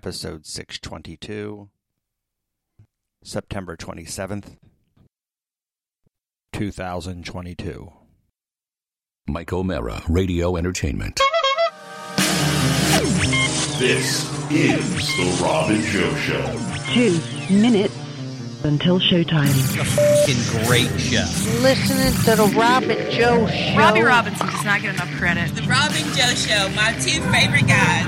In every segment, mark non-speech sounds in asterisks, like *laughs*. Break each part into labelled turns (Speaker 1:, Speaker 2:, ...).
Speaker 1: episode 622, September 27th, 2022.
Speaker 2: Mike O'Mara, Radio Entertainment.
Speaker 3: This is the Rob and Joe Show.
Speaker 4: two minutes until showtime.
Speaker 5: listening to the Robin Joe show.
Speaker 6: Robbie Robinson does not get enough credit.
Speaker 7: The Robin Joe Show, my two favorite guys.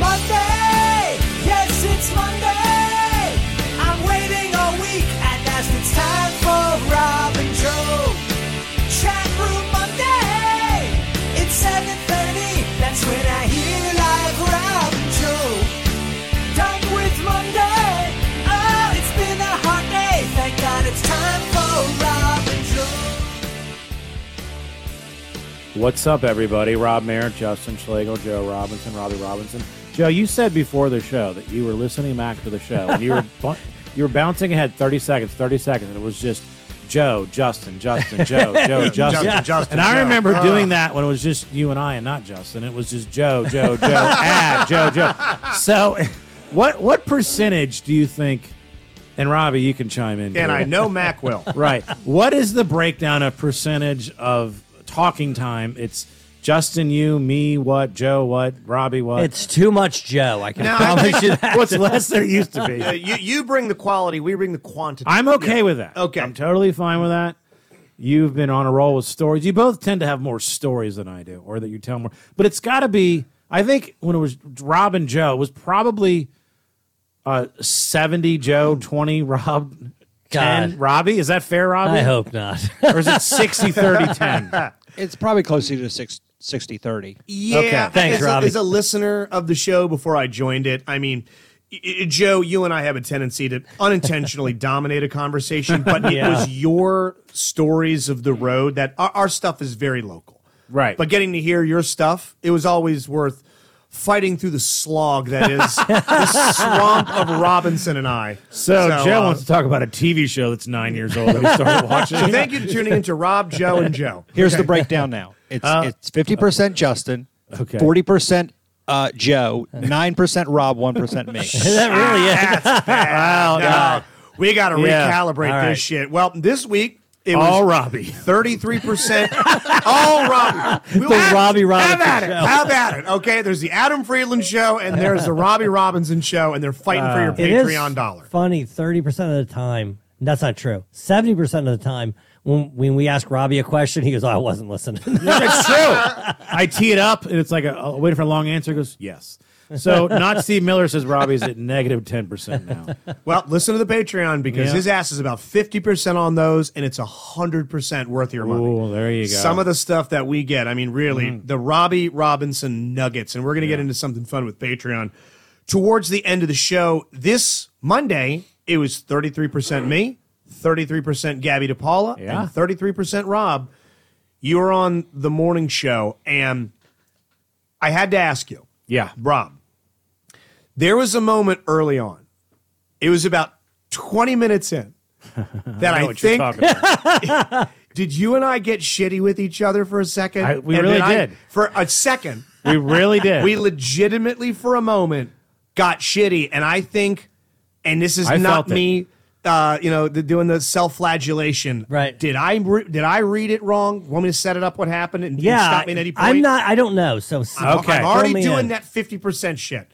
Speaker 8: Monday! Yes, it's Monday! I'm waiting all week, and as it's time for Rob and Joe. Chat Room Monday! It's 7.30, that's when I hear live Rob and Joe. Done with Monday! Oh, it's been a hard day, thank God it's time for Rob and Joe.
Speaker 9: What's up, everybody? Rob Merritt, Justin Schlegel, Joe Robinson, Robbie Robinson. Joe, you said before the show that you were listening back to the show and
Speaker 10: *laughs*
Speaker 9: you were bu- you were bouncing ahead thirty seconds, thirty seconds, and it was just Joe, Justin,
Speaker 10: *laughs*
Speaker 9: Justin, Joe, Joe, Justin,
Speaker 10: Justin, Justin,
Speaker 9: And I
Speaker 10: Joe.
Speaker 9: remember
Speaker 10: Uh.
Speaker 9: doing that when it was just you and I and not Justin. It was just Joe, Joe, Joe,
Speaker 10: *laughs*
Speaker 9: ah, Joe, Joe. So, what what percentage do you think? And Robbie, you can chime in.
Speaker 10: And
Speaker 9: too.
Speaker 10: I know Mac will.
Speaker 9: *laughs* Right. What is the breakdown of percentage of talking time? It's Justin, you, me, what, Joe, what, Robbie, what?
Speaker 11: It's too much Joe. I can
Speaker 10: Now, I
Speaker 11: promise
Speaker 10: think-
Speaker 11: you that.
Speaker 9: what's less there used
Speaker 10: *laughs*
Speaker 9: to
Speaker 10: Uh,
Speaker 9: be.
Speaker 10: you, you bring the quality, we bring the quantity.
Speaker 9: I'm okay with that.
Speaker 10: Okay.
Speaker 9: I'm totally fine with that. You've been on a roll with stories. You both tend to have more stories than I do, or that you tell more. But it's got to be, I think when it was Rob and Joe, it was probably uh, 70 Joe, 20 Rob, 10
Speaker 11: God.
Speaker 9: Robbie. Is that fair, Robbie?
Speaker 11: I hope
Speaker 9: *laughs*
Speaker 11: not.
Speaker 9: Or is it 60, 30, 10?
Speaker 1: It's probably closer to six, 60 30.
Speaker 10: Yeah.
Speaker 11: Thanks,
Speaker 10: as, a-
Speaker 11: Robbie.
Speaker 10: as a listener of the show before I joined it, I mean, y- y- Joe, you and I have a tendency to
Speaker 8: *laughs*
Speaker 10: unintentionally dominate a conversation, but it was your stories of the road that our, our stuff is very local.
Speaker 9: Right.
Speaker 10: But getting to hear your stuff, it was always worth fighting through the slog that is the swamp of Robinson and I.
Speaker 9: So, Joe
Speaker 10: uh,
Speaker 9: wants to talk about a TV show that's nine years old that he *laughs* started watching.
Speaker 10: so thank you for tuning in to Rob, Joe, and Joe.
Speaker 1: Here's the breakdown now *laughs* Uh, it's it's 50% Justin,
Speaker 9: Okay.
Speaker 1: 40% uh, Joe, 9% Rob, 1% me.
Speaker 11: that really is.
Speaker 9: Ah,
Speaker 10: wow, we got to
Speaker 9: Yeah.
Speaker 10: recalibrate
Speaker 9: All right.
Speaker 10: this shit. Well, this week it
Speaker 11: Uh,
Speaker 9: All
Speaker 10: was
Speaker 9: Robbie.
Speaker 10: thirty-three
Speaker 11: *laughs*
Speaker 10: percent all Robbie. We
Speaker 11: The
Speaker 10: have-
Speaker 11: Robbie
Speaker 10: Have
Speaker 11: Robinson
Speaker 10: at it.
Speaker 11: show.
Speaker 10: How about it? Okay, there's the Adam Friedland show, and there's the Robbie Robinson show, and they're fighting for your
Speaker 11: *laughs* It is
Speaker 10: Patreon dollar.
Speaker 11: Funny, thirty percent of the time. That's not true. Seventy percent of the time, when when we ask Robbie a question, he goes, "Oh, "I wasn't listening."
Speaker 10: *laughs*
Speaker 9: It's true. I tee it up, and it's like, a, oh, waiting for a long answer. He goes, yes. So, not Steve Miller says Robbie's at negative 10% *laughs* now.
Speaker 10: Well, listen to the Patreon because
Speaker 9: Yeah.
Speaker 10: his ass is about fifty percent on those, and it's hundred percent worth your money.
Speaker 9: Ooh, there you go. Mm-hmm.
Speaker 10: Some of the stuff that we get, I mean, really, the Robbie Robinson nuggets, and we're going to get into something fun with Patreon towards the end of the show. This Monday, it was thirty three percent me, thirty three percent Gabby DePaula,
Speaker 9: Yeah.
Speaker 10: and thirty three percent Rob. You were on the morning show, and I had to ask you,
Speaker 9: Yeah.
Speaker 10: Rob. There was a moment early on. It was about twenty minutes
Speaker 9: *laughs*
Speaker 10: in that I,
Speaker 9: know what you're
Speaker 10: think
Speaker 9: talking about.
Speaker 10: did you and I get shitty with each other for a second?
Speaker 9: I- we
Speaker 10: And
Speaker 9: really
Speaker 10: then I-
Speaker 9: did.
Speaker 10: for a second,
Speaker 9: We really did.
Speaker 10: we legitimately for a moment got shitty, and I think, and this is
Speaker 9: I
Speaker 10: not
Speaker 9: felt it.
Speaker 10: me, uh, you know, the, doing the self-flagellation.
Speaker 11: Right.
Speaker 10: Did I re- did I read it wrong? Want me to set it up? What happened? And, and
Speaker 11: yeah,
Speaker 10: stop me at any point.
Speaker 11: I'm not. I don't know. So
Speaker 9: Okay.
Speaker 10: I'm
Speaker 9: fill
Speaker 10: already
Speaker 11: me
Speaker 10: doing
Speaker 11: in.
Speaker 10: that fifty percent shit.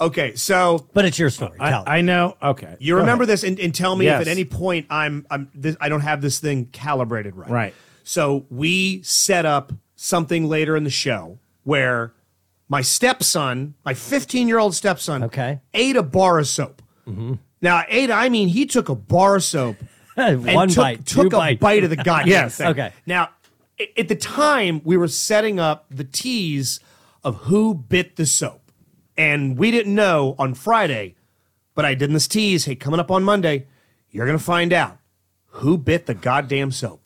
Speaker 10: Okay, so
Speaker 11: But it's your story. Tell it.
Speaker 9: I, I know. Okay.
Speaker 10: You
Speaker 9: Go
Speaker 10: remember
Speaker 9: ahead.
Speaker 10: this, and, and tell me
Speaker 9: Yes.
Speaker 10: if at any point I'm I'm this, I don't have this thing calibrated right.
Speaker 9: Right.
Speaker 10: So we set up something later in the show where my stepson, my 15 year old stepson,
Speaker 11: Okay.
Speaker 10: ate a bar of soap.
Speaker 9: Mm-hmm.
Speaker 10: Now ate, I mean, he took a bar of soap
Speaker 11: One
Speaker 10: took,
Speaker 11: bite,
Speaker 10: took
Speaker 11: two
Speaker 10: a
Speaker 11: bite. *laughs*
Speaker 10: bite of the goddamn
Speaker 9: Yes.
Speaker 10: thing.
Speaker 11: Okay.
Speaker 10: Now a- at the time we were setting up the tease of who bit the soap, and we didn't know on Friday, but I did this tease. Hey, coming up on Monday, you're gonna find out who bit the goddamn soap.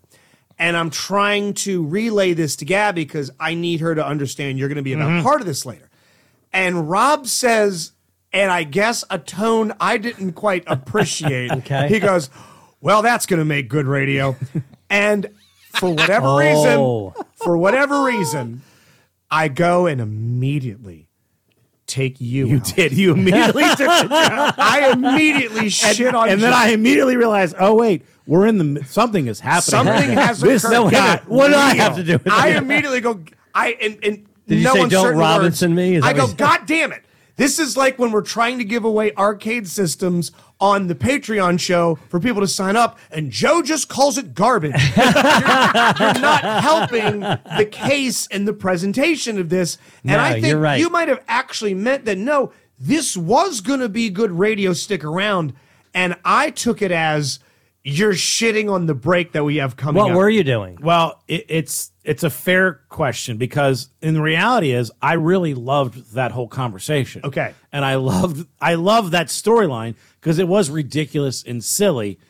Speaker 10: And I'm trying to relay this to Gabby because I need her to understand you're going to be about
Speaker 9: Mm-hmm.
Speaker 12: Mhm.
Speaker 10: part of this later. And Rob says, and I guess a tone I didn't
Speaker 9: *laughs*
Speaker 10: quite appreciate.
Speaker 12: Okay.
Speaker 10: He goes, Well, that's going to make good
Speaker 9: *laughs*
Speaker 10: radio. and for whatever
Speaker 12: Oh.
Speaker 10: reason, for whatever reason, I go and immediately take you. You
Speaker 9: did. You
Speaker 10: *laughs*
Speaker 9: immediately took the job.
Speaker 10: I immediately
Speaker 9: And-
Speaker 10: shit on
Speaker 9: And then
Speaker 10: Joe.
Speaker 9: I immediately realized, oh wait, we're in the mi- something is happening.
Speaker 10: Something has
Speaker 9: *laughs* this
Speaker 10: occurred.
Speaker 9: Got, what do I have to do? With
Speaker 10: I
Speaker 9: it?
Speaker 10: immediately go. I and, and
Speaker 9: Did you
Speaker 10: no
Speaker 9: say,
Speaker 10: uncertain
Speaker 9: "Don't
Speaker 10: words.
Speaker 9: Robinson me"? Is
Speaker 10: I
Speaker 9: that
Speaker 10: go.
Speaker 9: what you said?
Speaker 10: God damn it! This is like when we're trying to give away arcade systems on the Patreon show for people to sign up, and Joe just calls it
Speaker 9: *laughs*
Speaker 10: garbage. you're, you're not helping the case and the presentation of this. And
Speaker 8: No,
Speaker 10: I think
Speaker 8: you're right.
Speaker 10: you might have actually meant that. No, this was going to be good radio. Stick around, and I took it as. You're shitting on the break that we have coming up.
Speaker 9: doing? Well, it, it's it's a fair question because in reality is I really loved that whole conversation. Okay. And I loved I loved that storyline because it was ridiculous and silly.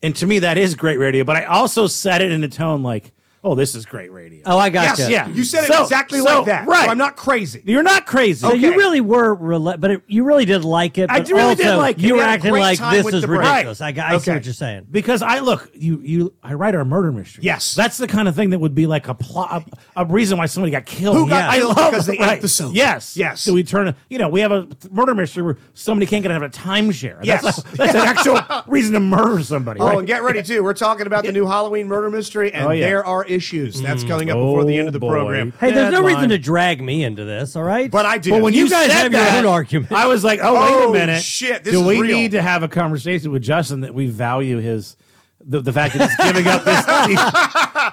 Speaker 9: And to me that is great radio, but I also said it in a tone like, "Oh, this is great radio."
Speaker 8: Oh, I got
Speaker 9: Yes,
Speaker 8: you.
Speaker 9: yeah. You said it So- exactly so, like that. right. So I'm
Speaker 10: not crazy.
Speaker 9: You're not crazy.
Speaker 8: So you
Speaker 9: Okay.
Speaker 8: really were, rela- but it, you really did like it.
Speaker 9: I
Speaker 8: but
Speaker 9: really did
Speaker 8: also
Speaker 9: like it.
Speaker 8: You
Speaker 9: We
Speaker 8: were
Speaker 9: had a
Speaker 8: acting
Speaker 9: great
Speaker 8: like
Speaker 9: time
Speaker 8: this
Speaker 9: with
Speaker 8: is
Speaker 9: the break.
Speaker 8: ridiculous. I, got- I see
Speaker 9: Okay.
Speaker 8: what you're saying.
Speaker 9: Because I look, you you I write our murder mystery. Yes, that's the kind of thing that would be like a plot, a, a reason why somebody got killed.
Speaker 10: Who got
Speaker 9: I
Speaker 10: killed
Speaker 9: love
Speaker 10: because they ate
Speaker 9: right.
Speaker 10: the soap.
Speaker 9: Yes, yes. So we turn, a- you know, we have a murder mystery where somebody can't get out of a timeshare. That's
Speaker 10: Yes.
Speaker 9: a- that's an
Speaker 8: *laughs*
Speaker 9: actual reason to murder somebody.
Speaker 10: Oh,
Speaker 9: right?
Speaker 10: and get ready too. We're talking about the new Halloween murder mystery, and
Speaker 9: Oh, yeah.
Speaker 10: there are issues. That's coming up before the end of
Speaker 8: Oh,
Speaker 10: the program.
Speaker 8: Hey, there's no reason to drag me into this, all right?
Speaker 10: But I did.
Speaker 9: But when you,
Speaker 8: guys
Speaker 9: said
Speaker 8: have
Speaker 9: that,
Speaker 8: your own argument,
Speaker 9: I was like, "Oh, wait
Speaker 10: Oh,
Speaker 9: a minute!
Speaker 10: shit, this
Speaker 9: Do
Speaker 10: is
Speaker 9: we
Speaker 10: real.
Speaker 9: need to have a conversation with Justin that we value his the, the fact that he's giving *laughs* up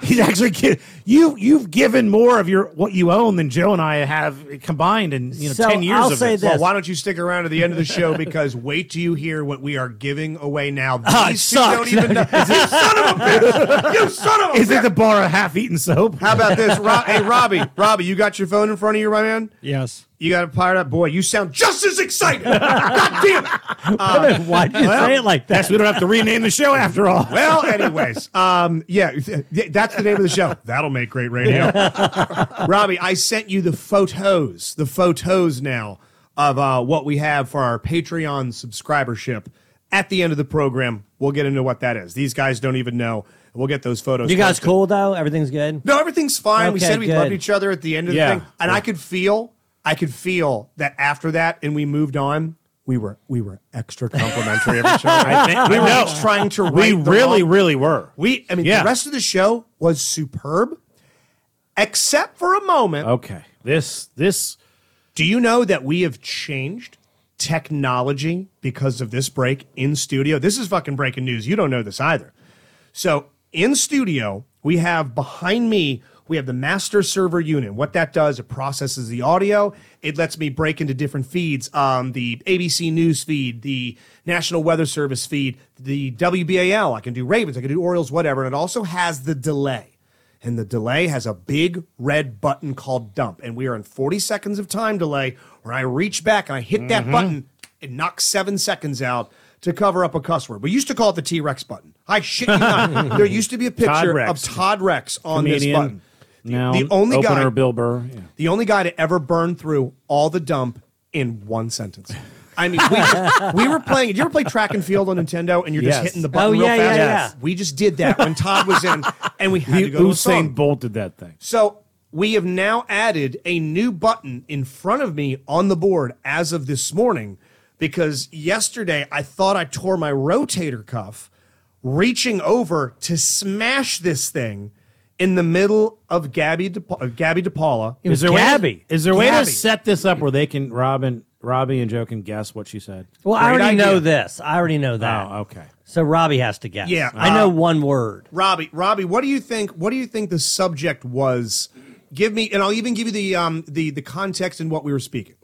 Speaker 10: *laughs*
Speaker 9: this? he's actually gi- you you've given more of your what you own than Joe and I have combined in you know ten years. of it.
Speaker 10: Well, why don't you stick around to the end of the show? Because wait till you hear what we are giving away now. These
Speaker 9: Ah, it
Speaker 10: two don't
Speaker 9: sucks.
Speaker 10: even know. *laughs*
Speaker 9: Is
Speaker 10: you son of a *laughs* bitch! You son of a
Speaker 9: Is
Speaker 10: bitch!
Speaker 9: it the bar of half-eaten soap?
Speaker 10: How about this? Rob, hey, Robbie, Robbie, you got your phone in front of you, my man?
Speaker 13: Yes.
Speaker 10: You got it fired up, boy. You sound just as excited. God damn it!
Speaker 9: *laughs* Why'd you say it like that? Guess we don't have to rename the show after *laughs* all.
Speaker 10: Well, anyways, um, yeah, th- th- that's the name of the show. That'll make great
Speaker 8: *laughs*
Speaker 10: radio. Robbie, I sent you the photos, the photos now of uh, what we have for our Patreon subscribership. At the end of the program, we'll get into what that is. These guys don't even know. We'll get those photos.
Speaker 8: You guys
Speaker 10: posted.
Speaker 8: cool though? Everything's good?
Speaker 10: No, everything's fine. we
Speaker 8: Okay,
Speaker 10: said we
Speaker 8: good.
Speaker 10: loved each other at the end of
Speaker 8: Yeah.
Speaker 10: the thing, and I could feel, I could feel that after that, and we moved on. We were we were extra complimentary of each other.
Speaker 9: *laughs* I think-
Speaker 10: we
Speaker 9: I
Speaker 10: were
Speaker 9: know.
Speaker 10: each trying to
Speaker 9: We
Speaker 10: right the
Speaker 9: really,
Speaker 10: wrong-
Speaker 9: really were.
Speaker 10: We, I mean,
Speaker 9: Yeah.
Speaker 10: the rest of the show was superb, except for a moment.
Speaker 9: Okay, this this.
Speaker 10: Do you know that we have changed technology because of this break in studio? This is fucking breaking news. You don't know this either. So in studio, we have behind me, we have the master server unit. What that does, it processes the audio. It lets me break into different feeds. Um, the ABC News feed, the National Weather Service feed, the WBAL. I can do Ravens, I can do Orioles, whatever. And it also has the delay. And the delay has a big red button called dump. And we are in 40 seconds of time delay where I reach back and I hit that
Speaker 9: Mhm.
Speaker 10: button and knock seven seconds out to cover up a cuss word. We used to call it the T Rex button. I shit you
Speaker 9: *laughs*
Speaker 10: not. there used to be a
Speaker 9: Todd
Speaker 10: picture
Speaker 9: Rex.
Speaker 10: of Todd Rex on this
Speaker 9: Comedian.
Speaker 10: button.
Speaker 9: Now,
Speaker 10: the only guy-
Speaker 9: opener Bill Burr. Yeah.
Speaker 10: The only guy to ever burn through all the dump in one sentence. I mean, we, we were playing. Did you ever play track and field on Nintendo? And you're just
Speaker 9: Yes.
Speaker 10: hitting the button
Speaker 9: Oh,
Speaker 10: real
Speaker 9: yeah, yeah,
Speaker 10: fast.
Speaker 9: yeah.
Speaker 10: We just did that when Todd was in, and we had
Speaker 9: He-
Speaker 10: to go to a song.
Speaker 9: Usain Bolt did that thing.
Speaker 10: So we have now added a new button in front of me on the board as of this morning because yesterday I thought I tore my rotator cuff reaching over to smash this thing in the middle of Gabby DePa- of Gabby DePaula.
Speaker 9: Is there
Speaker 10: Gabby.
Speaker 9: Way, is there a way to
Speaker 10: Gabby.
Speaker 9: set this up where they can Robin, Robbie, and Joe can guess what she said?
Speaker 8: Well, I already know this. I already know that.
Speaker 9: Oh, okay.
Speaker 8: So Robbie has to guess.
Speaker 10: Yeah,
Speaker 8: I
Speaker 10: uh,
Speaker 8: know one word.
Speaker 10: Robbie, Robbie, what do you think? What do you think the subject was? Give me, and I'll even give you the um the the context and what we were speaking.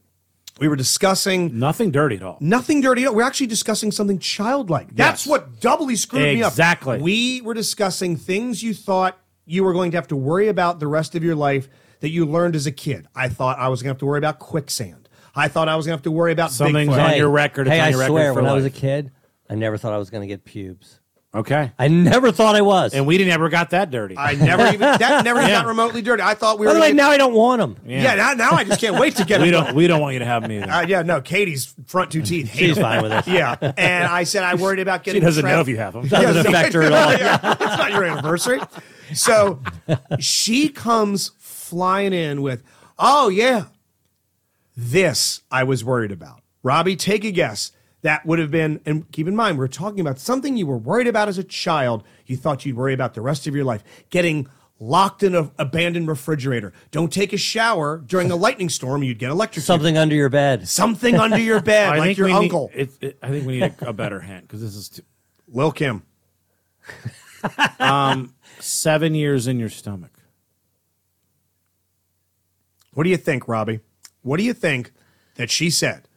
Speaker 10: We were discussing
Speaker 9: nothing dirty at all.
Speaker 10: Nothing dirty at all. We're actually discussing something childlike. That's what doubly screwed me up.
Speaker 9: Exactly.
Speaker 10: We were discussing things you thought you were going to have to worry about the rest of your life that you learned as a kid. I thought I was going to have to worry about quicksand. I thought I was going to have to worry about
Speaker 9: Something's
Speaker 10: Bigfoot.
Speaker 9: on your record. It's
Speaker 8: hey,
Speaker 9: on
Speaker 8: I
Speaker 9: your record
Speaker 8: swear,
Speaker 9: for
Speaker 8: when I was a
Speaker 9: life.
Speaker 8: kid, I never thought I was going to get pubes.
Speaker 9: Okay.
Speaker 8: I never thought I was.
Speaker 9: And we never got that dirty.
Speaker 10: I never even that
Speaker 9: *laughs*
Speaker 10: never
Speaker 9: Yeah.
Speaker 10: got remotely dirty. I thought we
Speaker 8: By
Speaker 10: were
Speaker 8: the way,
Speaker 10: gonna-
Speaker 8: now I don't want them.
Speaker 10: Yeah, now, now I just can't wait to get
Speaker 9: *laughs* we
Speaker 10: it.
Speaker 9: don't. We don't want you to have me.
Speaker 10: *laughs* Uh, yeah, no, Katie's front two teeth. hate
Speaker 9: She's
Speaker 10: them.
Speaker 9: fine with it.
Speaker 10: Yeah, and I said I worried about
Speaker 9: *laughs* She
Speaker 10: getting.
Speaker 9: doesn't
Speaker 10: trapped-
Speaker 9: know if you have 'em.
Speaker 10: Yeah,
Speaker 9: Doesn't
Speaker 10: so-
Speaker 9: affect her at
Speaker 10: *laughs*
Speaker 9: all.
Speaker 10: Yeah, it's not your anniversary. So she comes flying in with, "Oh yeah, this I was worried about." Robbie, take a guess. That would have been, and keep in mind, we're talking about something you were worried about as a child. You thought you'd worry about the rest of your life. Getting locked in an abandoned refrigerator. Don't take a shower during a lightning storm. You'd get electrocuted.
Speaker 8: Something under your bed.
Speaker 10: Something under
Speaker 9: *laughs*
Speaker 10: your bed, like your
Speaker 9: we
Speaker 10: uncle.
Speaker 9: Need, it, it- I think we need a, a better hint because this is too,
Speaker 10: Lil Kim.
Speaker 9: um, seven years in your stomach.
Speaker 10: What do you think, Robbie? What do you think that she said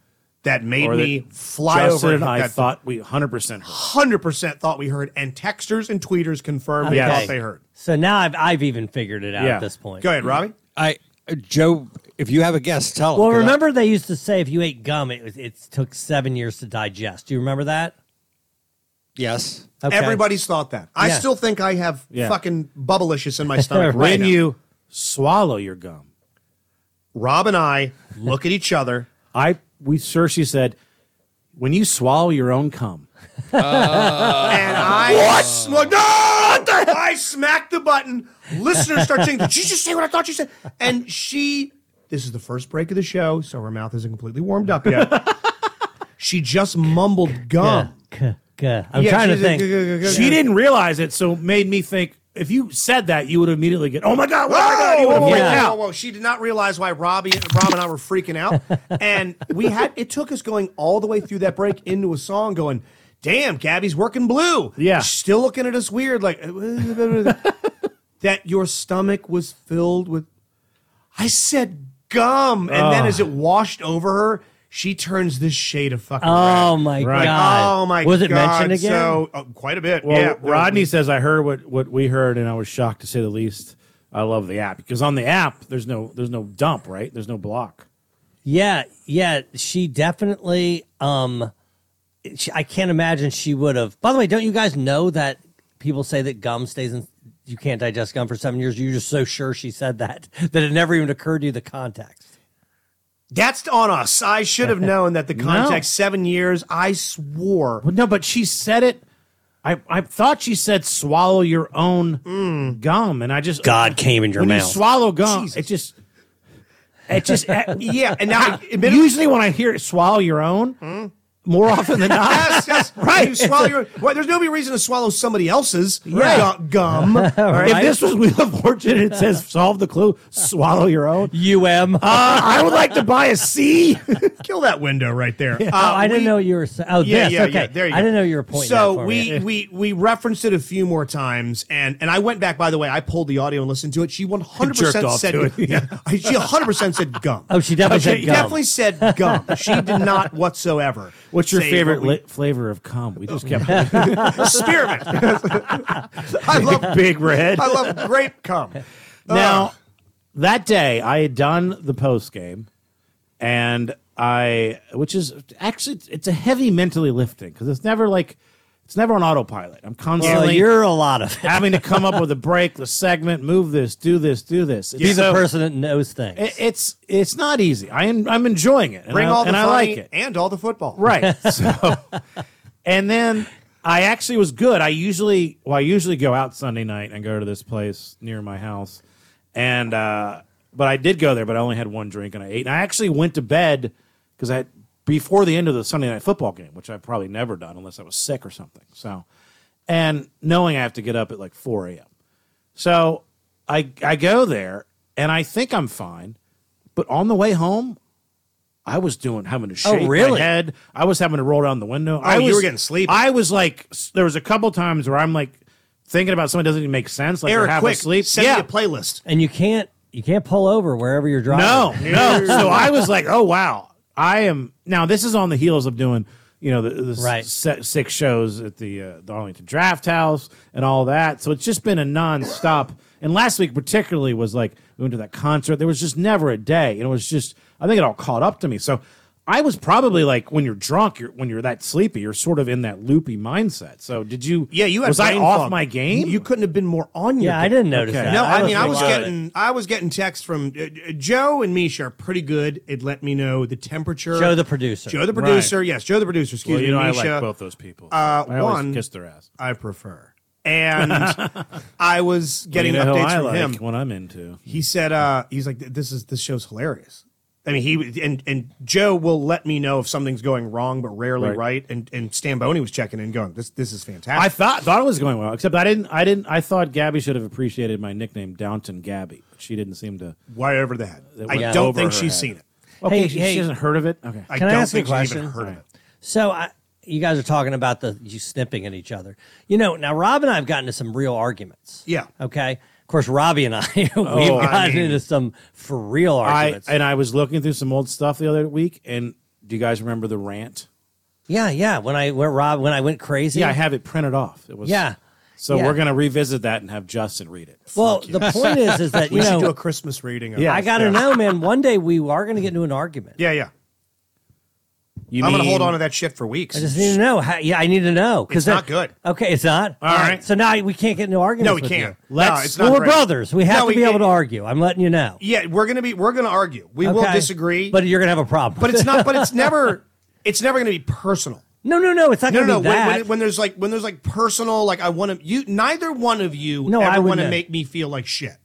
Speaker 10: that made
Speaker 9: Or that
Speaker 10: me fly
Speaker 9: Justin
Speaker 10: over?
Speaker 9: and I
Speaker 10: that
Speaker 9: thought we 100 percent heard.
Speaker 10: hundred percent thought we heard, and texters and tweeters confirmed they
Speaker 8: Okay.
Speaker 10: thought they heard.
Speaker 8: So now I've I've even figured it out at this point.
Speaker 10: Go ahead,
Speaker 9: Mm.
Speaker 10: Robbie.
Speaker 1: *laughs* I Joe, if you have a guess, tell.
Speaker 8: Well,
Speaker 1: 'em, 'cause I-
Speaker 8: remember they used to say if you ate gum, it was, it took seven years to digest. Do you remember that?
Speaker 1: yes.
Speaker 8: Okay.
Speaker 10: Everybody's thought that. I
Speaker 8: Yeah.
Speaker 10: still think I have
Speaker 8: Yeah.
Speaker 10: fucking bubblicious in
Speaker 9: *laughs*
Speaker 10: my stomach.
Speaker 9: When
Speaker 10: right now.
Speaker 9: you swallow your gum,
Speaker 10: Rob and I look at each other.
Speaker 9: I we Cersei said, when you swallow your own cum.
Speaker 10: and I sm- no, what the- I smacked the button. Listeners start saying, "Did she just say what I thought she said?" And she, this is the first break of the show, so her mouth isn't completely warmed up yet. *laughs* she just mumbled gum.
Speaker 8: Good. Good. I'm
Speaker 10: Yeah,
Speaker 8: trying to
Speaker 10: she's a-
Speaker 8: think.
Speaker 10: g- g- g-
Speaker 9: She didn't realize it, so made me think. If you said that, you would immediately get, "Oh my god! Oh my god!" You
Speaker 10: Whoa, whoa,
Speaker 9: would have
Speaker 10: whoa,
Speaker 9: freaked
Speaker 10: whoa,
Speaker 9: out.
Speaker 10: whoa, whoa. She did not realize why Robbie, Rob and I were freaking
Speaker 8: *laughs*
Speaker 10: out. And we had it took us going all the way through that break into a song going, damn, Gabby's working blue.
Speaker 9: Yeah.
Speaker 10: She's Still looking at us weird, like *laughs* that your stomach was filled with I said gum. And then
Speaker 9: Ugh.
Speaker 10: as it washed over her, she turns this shade of fucking
Speaker 8: Oh
Speaker 10: red.
Speaker 8: my
Speaker 9: Right.
Speaker 8: god.
Speaker 10: Oh my
Speaker 8: Was it
Speaker 10: God.
Speaker 8: mentioned again?
Speaker 10: So, oh, quite a bit.
Speaker 9: Well,
Speaker 10: yeah.
Speaker 9: Rodney says I heard what, what we heard, and I was shocked to say the least. I love the app because on the app there's no there's no dump, right? There's no block.
Speaker 8: Yeah, yeah, she definitely um she, I can't imagine she would have. By the way, don't you guys know that people say that gum stays in you can't digest gum for 7 years. You're just so sure she said that *laughs* that it never even occurred to you the context.
Speaker 10: That's on us. I should
Speaker 9: *laughs*
Speaker 10: have known that the context seven years. I swore.
Speaker 9: Well, no, but she said it. I, I thought she said swallow your own gum, and I just
Speaker 8: God came in your
Speaker 9: when you
Speaker 8: mouth.
Speaker 9: swallow gum,
Speaker 10: Jesus.
Speaker 9: it just
Speaker 10: *laughs*
Speaker 9: it just eh,
Speaker 10: Yeah,
Speaker 9: *laughs*
Speaker 10: and now admittedly,
Speaker 9: usually when I hear it, swallow your own,
Speaker 10: Oh,
Speaker 9: more often than not.
Speaker 10: *laughs* yes,
Speaker 9: *laughs*
Speaker 10: yes, right. You swallow your. Well, there's no big reason to swallow somebody else's gu-
Speaker 9: *laughs*
Speaker 10: gum. All right.
Speaker 9: If this was Wheel of Fortune, it says solve the clue, swallow your own.
Speaker 8: UM.
Speaker 9: Uh, I would like to buy a C.
Speaker 10: *laughs* kill that window right
Speaker 9: *laughs*
Speaker 10: there. Uh,
Speaker 8: oh, I didn't
Speaker 10: we-
Speaker 8: know you were. sa- Oh,
Speaker 10: Yeah,
Speaker 8: this.
Speaker 10: yeah,
Speaker 8: okay.
Speaker 10: yeah. There you go.
Speaker 8: I didn't know you were pointing. that
Speaker 10: So
Speaker 8: for
Speaker 10: we
Speaker 8: me.
Speaker 10: we we referenced it a few more times, and and I went back. By the way, I pulled the audio and listened to it. She 100
Speaker 9: Jerked
Speaker 10: percent
Speaker 9: off
Speaker 10: said
Speaker 9: to it.
Speaker 10: *laughs* Yeah, she 100 percent said gum.
Speaker 8: Oh, she definitely said
Speaker 10: She
Speaker 8: gum.
Speaker 10: definitely said gum. She did not whatsoever.
Speaker 9: What's your
Speaker 10: say
Speaker 9: favorite
Speaker 10: what we-
Speaker 9: li- flavor of cum? We just kept
Speaker 8: *laughs*
Speaker 10: *laughs* spearmint. I love
Speaker 9: big red.
Speaker 10: I love grape cum.
Speaker 9: Now, that day, I had done the post game, and I, which is actually, it's a heavy mentally lifting because it's never like, it's never on autopilot. I'm
Speaker 8: Well,
Speaker 9: constantly
Speaker 8: you're a lot of. It.
Speaker 9: having to come up
Speaker 8: *laughs*
Speaker 9: with a break, the segment, move this, do this, do this.
Speaker 8: Be the
Speaker 9: So,
Speaker 8: person that knows things.
Speaker 9: it- it's it's not easy. I am I'm enjoying it. and
Speaker 10: bring
Speaker 9: I-
Speaker 10: all the
Speaker 9: and I
Speaker 10: funny
Speaker 9: like it.
Speaker 10: and all the football.
Speaker 9: Right. So, and then I actually was good. I usually, well, I usually go out Sunday night and go to this place near my house, and uh, but I did go there, but I only had one drink and I ate. And I actually went to bed because I had, before the end of the Sunday night football game, which I've probably never done unless I was sick or something. So, and knowing I have to get up at like four a.m. So I I go there and I think I'm fine, but on the way home, I was doing having to shake my
Speaker 8: really?
Speaker 9: head. I was having to roll down the window. I
Speaker 10: Oh, you
Speaker 9: was,
Speaker 10: were getting sleepy.
Speaker 9: I was like, s- there was a couple times where I'm like thinking about something that doesn't even make sense. Like they're
Speaker 10: Eric,
Speaker 9: half
Speaker 10: quick,
Speaker 9: asleep.
Speaker 10: send
Speaker 9: yeah.
Speaker 10: me a playlist.
Speaker 8: and you can't you can't pull over wherever you're driving.
Speaker 10: *laughs*
Speaker 9: No, no. so I was like, oh wow, I am now. This is on the heels of doing you know the, the s-
Speaker 8: Right.
Speaker 9: se- six shows at the uh, the Arlington Draft House and all that. So it's just been a nonstop. And last week particularly was like we went to that concert. There was just never a day, and it was just I think it all caught up to me. So I was probably like when you're drunk, you're when you're that sleepy, you're sort of in that loopy mindset. So did you?
Speaker 10: Yeah, you had
Speaker 9: was I
Speaker 10: brain
Speaker 9: off
Speaker 10: fog.
Speaker 9: my game?
Speaker 10: You couldn't have been more on your.
Speaker 9: Yeah, I didn't notice that.
Speaker 10: No,
Speaker 9: I
Speaker 10: I, mean
Speaker 9: wasn't
Speaker 10: I was
Speaker 9: aware of
Speaker 10: getting I was getting texts from uh, uh, Joe and Misha are pretty good. It let me know the temperature.
Speaker 8: Joe the producer.
Speaker 10: Joe the
Speaker 9: Right.
Speaker 10: producer. Yes, Joe the producer. Excuse
Speaker 9: Well, you
Speaker 10: me,
Speaker 9: know I
Speaker 10: Misha.
Speaker 9: like both those people.
Speaker 10: Uh,
Speaker 9: I always
Speaker 10: one
Speaker 9: kiss their ass.
Speaker 10: I prefer,
Speaker 9: *laughs*
Speaker 10: and I was getting
Speaker 9: Well, you know who
Speaker 10: updates
Speaker 9: I
Speaker 10: from
Speaker 9: like,
Speaker 10: him.
Speaker 9: What I'm into.
Speaker 10: He said, uh, he's like, this is this show's hilarious. I mean, he and and Joe will let me know if something's going wrong, but rarely right.
Speaker 9: Right.
Speaker 10: And and Stamboni was checking in, going, this this is fantastic.
Speaker 9: I thought thought it was going well, except I didn't. I didn't. I thought Gabby should have appreciated my nickname, Downton Gabby. But she didn't seem to.
Speaker 10: Why over the head?
Speaker 9: That
Speaker 10: I
Speaker 9: went
Speaker 10: don't
Speaker 9: over
Speaker 10: think
Speaker 9: her
Speaker 10: she's
Speaker 9: head.
Speaker 10: seen it.
Speaker 9: Okay,
Speaker 8: Hey,
Speaker 9: she,
Speaker 8: hey.
Speaker 9: she hasn't heard of it. Okay,
Speaker 8: Can I
Speaker 10: don't
Speaker 8: ask you a
Speaker 10: think she's even
Speaker 8: question?
Speaker 10: heard of it.
Speaker 8: So I, you guys are talking about the you snipping at each other. You know, now Rob and I have gotten into some real arguments.
Speaker 10: Yeah.
Speaker 8: Okay. Of course, Robbie and I *laughs* we've
Speaker 9: Oh, I
Speaker 8: gotten
Speaker 9: mean-
Speaker 8: into some for real
Speaker 9: I
Speaker 8: arguments.
Speaker 9: and I was looking through some old stuff the other week, and do you guys remember the rant?
Speaker 8: yeah, yeah. When I went Rob, when I went crazy.
Speaker 9: Yeah, I have it printed off. It was
Speaker 8: Yeah.
Speaker 9: So
Speaker 8: Yeah.
Speaker 9: we're gonna revisit that and have Justin read it.
Speaker 8: Well, the point is, is
Speaker 9: *laughs*
Speaker 8: that
Speaker 10: we
Speaker 8: you
Speaker 10: should do a
Speaker 8: know,
Speaker 10: Christmas reading. Of
Speaker 9: Yeah,
Speaker 8: I gotta know, man. One day we are gonna get into an argument.
Speaker 10: Yeah, yeah.
Speaker 9: You
Speaker 10: I'm gonna
Speaker 9: mean-
Speaker 10: hold on to that shit for weeks.
Speaker 8: I just need to know. How, yeah, I need to know
Speaker 10: It's
Speaker 8: then-
Speaker 10: not good.
Speaker 8: Okay, it's not.
Speaker 10: All right.
Speaker 8: So now we can't get into arguments.
Speaker 10: No, we
Speaker 8: with
Speaker 10: can't.
Speaker 8: you.
Speaker 10: No,
Speaker 8: Let's.
Speaker 10: it's not
Speaker 8: well, we're
Speaker 10: great.
Speaker 8: brothers. We have
Speaker 10: No,
Speaker 8: to
Speaker 10: we-
Speaker 8: be able to
Speaker 10: it-
Speaker 8: argue. I'm letting you know.
Speaker 10: Yeah, we're gonna be we're gonna argue. We will
Speaker 8: Okay.
Speaker 10: disagree,
Speaker 8: But you're gonna have a problem.
Speaker 10: but it's not.
Speaker 8: *laughs*
Speaker 10: But it's never. It's never gonna be personal.
Speaker 8: No, no, no. It's not
Speaker 10: No,
Speaker 8: gonna
Speaker 10: no,
Speaker 8: be
Speaker 10: no. When,
Speaker 8: that.
Speaker 10: when, it- when there's like when there's like personal, like I want to you. Neither one of you
Speaker 8: No, I
Speaker 10: ever
Speaker 8: would
Speaker 10: want to
Speaker 8: know.
Speaker 10: make me feel like shit.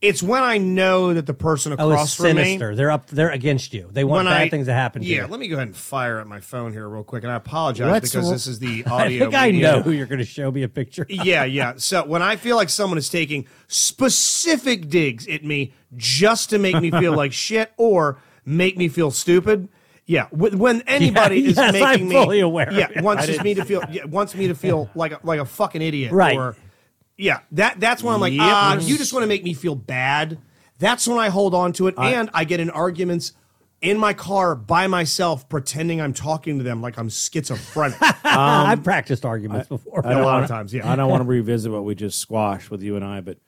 Speaker 10: It's when I know that the person
Speaker 8: oh, it's
Speaker 10: across from me.
Speaker 8: sinister. They're up. They're against you. They want
Speaker 10: when
Speaker 8: bad
Speaker 10: I-
Speaker 8: things to happen. to
Speaker 10: Yeah,
Speaker 8: you.
Speaker 10: let me go ahead and fire at my phone here real quick, and I apologize
Speaker 8: Let's
Speaker 10: because
Speaker 8: ro-
Speaker 10: this is the
Speaker 8: *laughs* I
Speaker 10: audio.
Speaker 8: think I
Speaker 10: media.
Speaker 8: know who you're gonna show me a picture. of.
Speaker 10: yeah, yeah. So when I feel like someone is taking specific digs at me just to make me feel
Speaker 8: *laughs*
Speaker 10: like shit or make me feel stupid, yeah. wh- When anybody is
Speaker 8: yes,
Speaker 10: making
Speaker 8: I'm
Speaker 10: me
Speaker 8: fully aware.
Speaker 10: yeah,
Speaker 8: I
Speaker 10: wants just
Speaker 8: didn't-
Speaker 10: me to feel yeah, wants me
Speaker 8: *laughs*
Speaker 10: to feel like a, like a fucking idiot,
Speaker 8: Right.
Speaker 10: Or yeah, that that's when I'm like,
Speaker 9: Yep.
Speaker 10: ah, you just want to make me feel bad. That's when I hold on to it, and I get in arguments. In my car by myself, pretending I'm talking to them like
Speaker 8: *laughs*
Speaker 10: I'm schizophrenic.
Speaker 8: I've practiced arguments before.
Speaker 10: a lot
Speaker 9: wanna,
Speaker 10: of times, yeah.
Speaker 14: *laughs*
Speaker 9: I don't want to revisit what we just squashed with you and I, but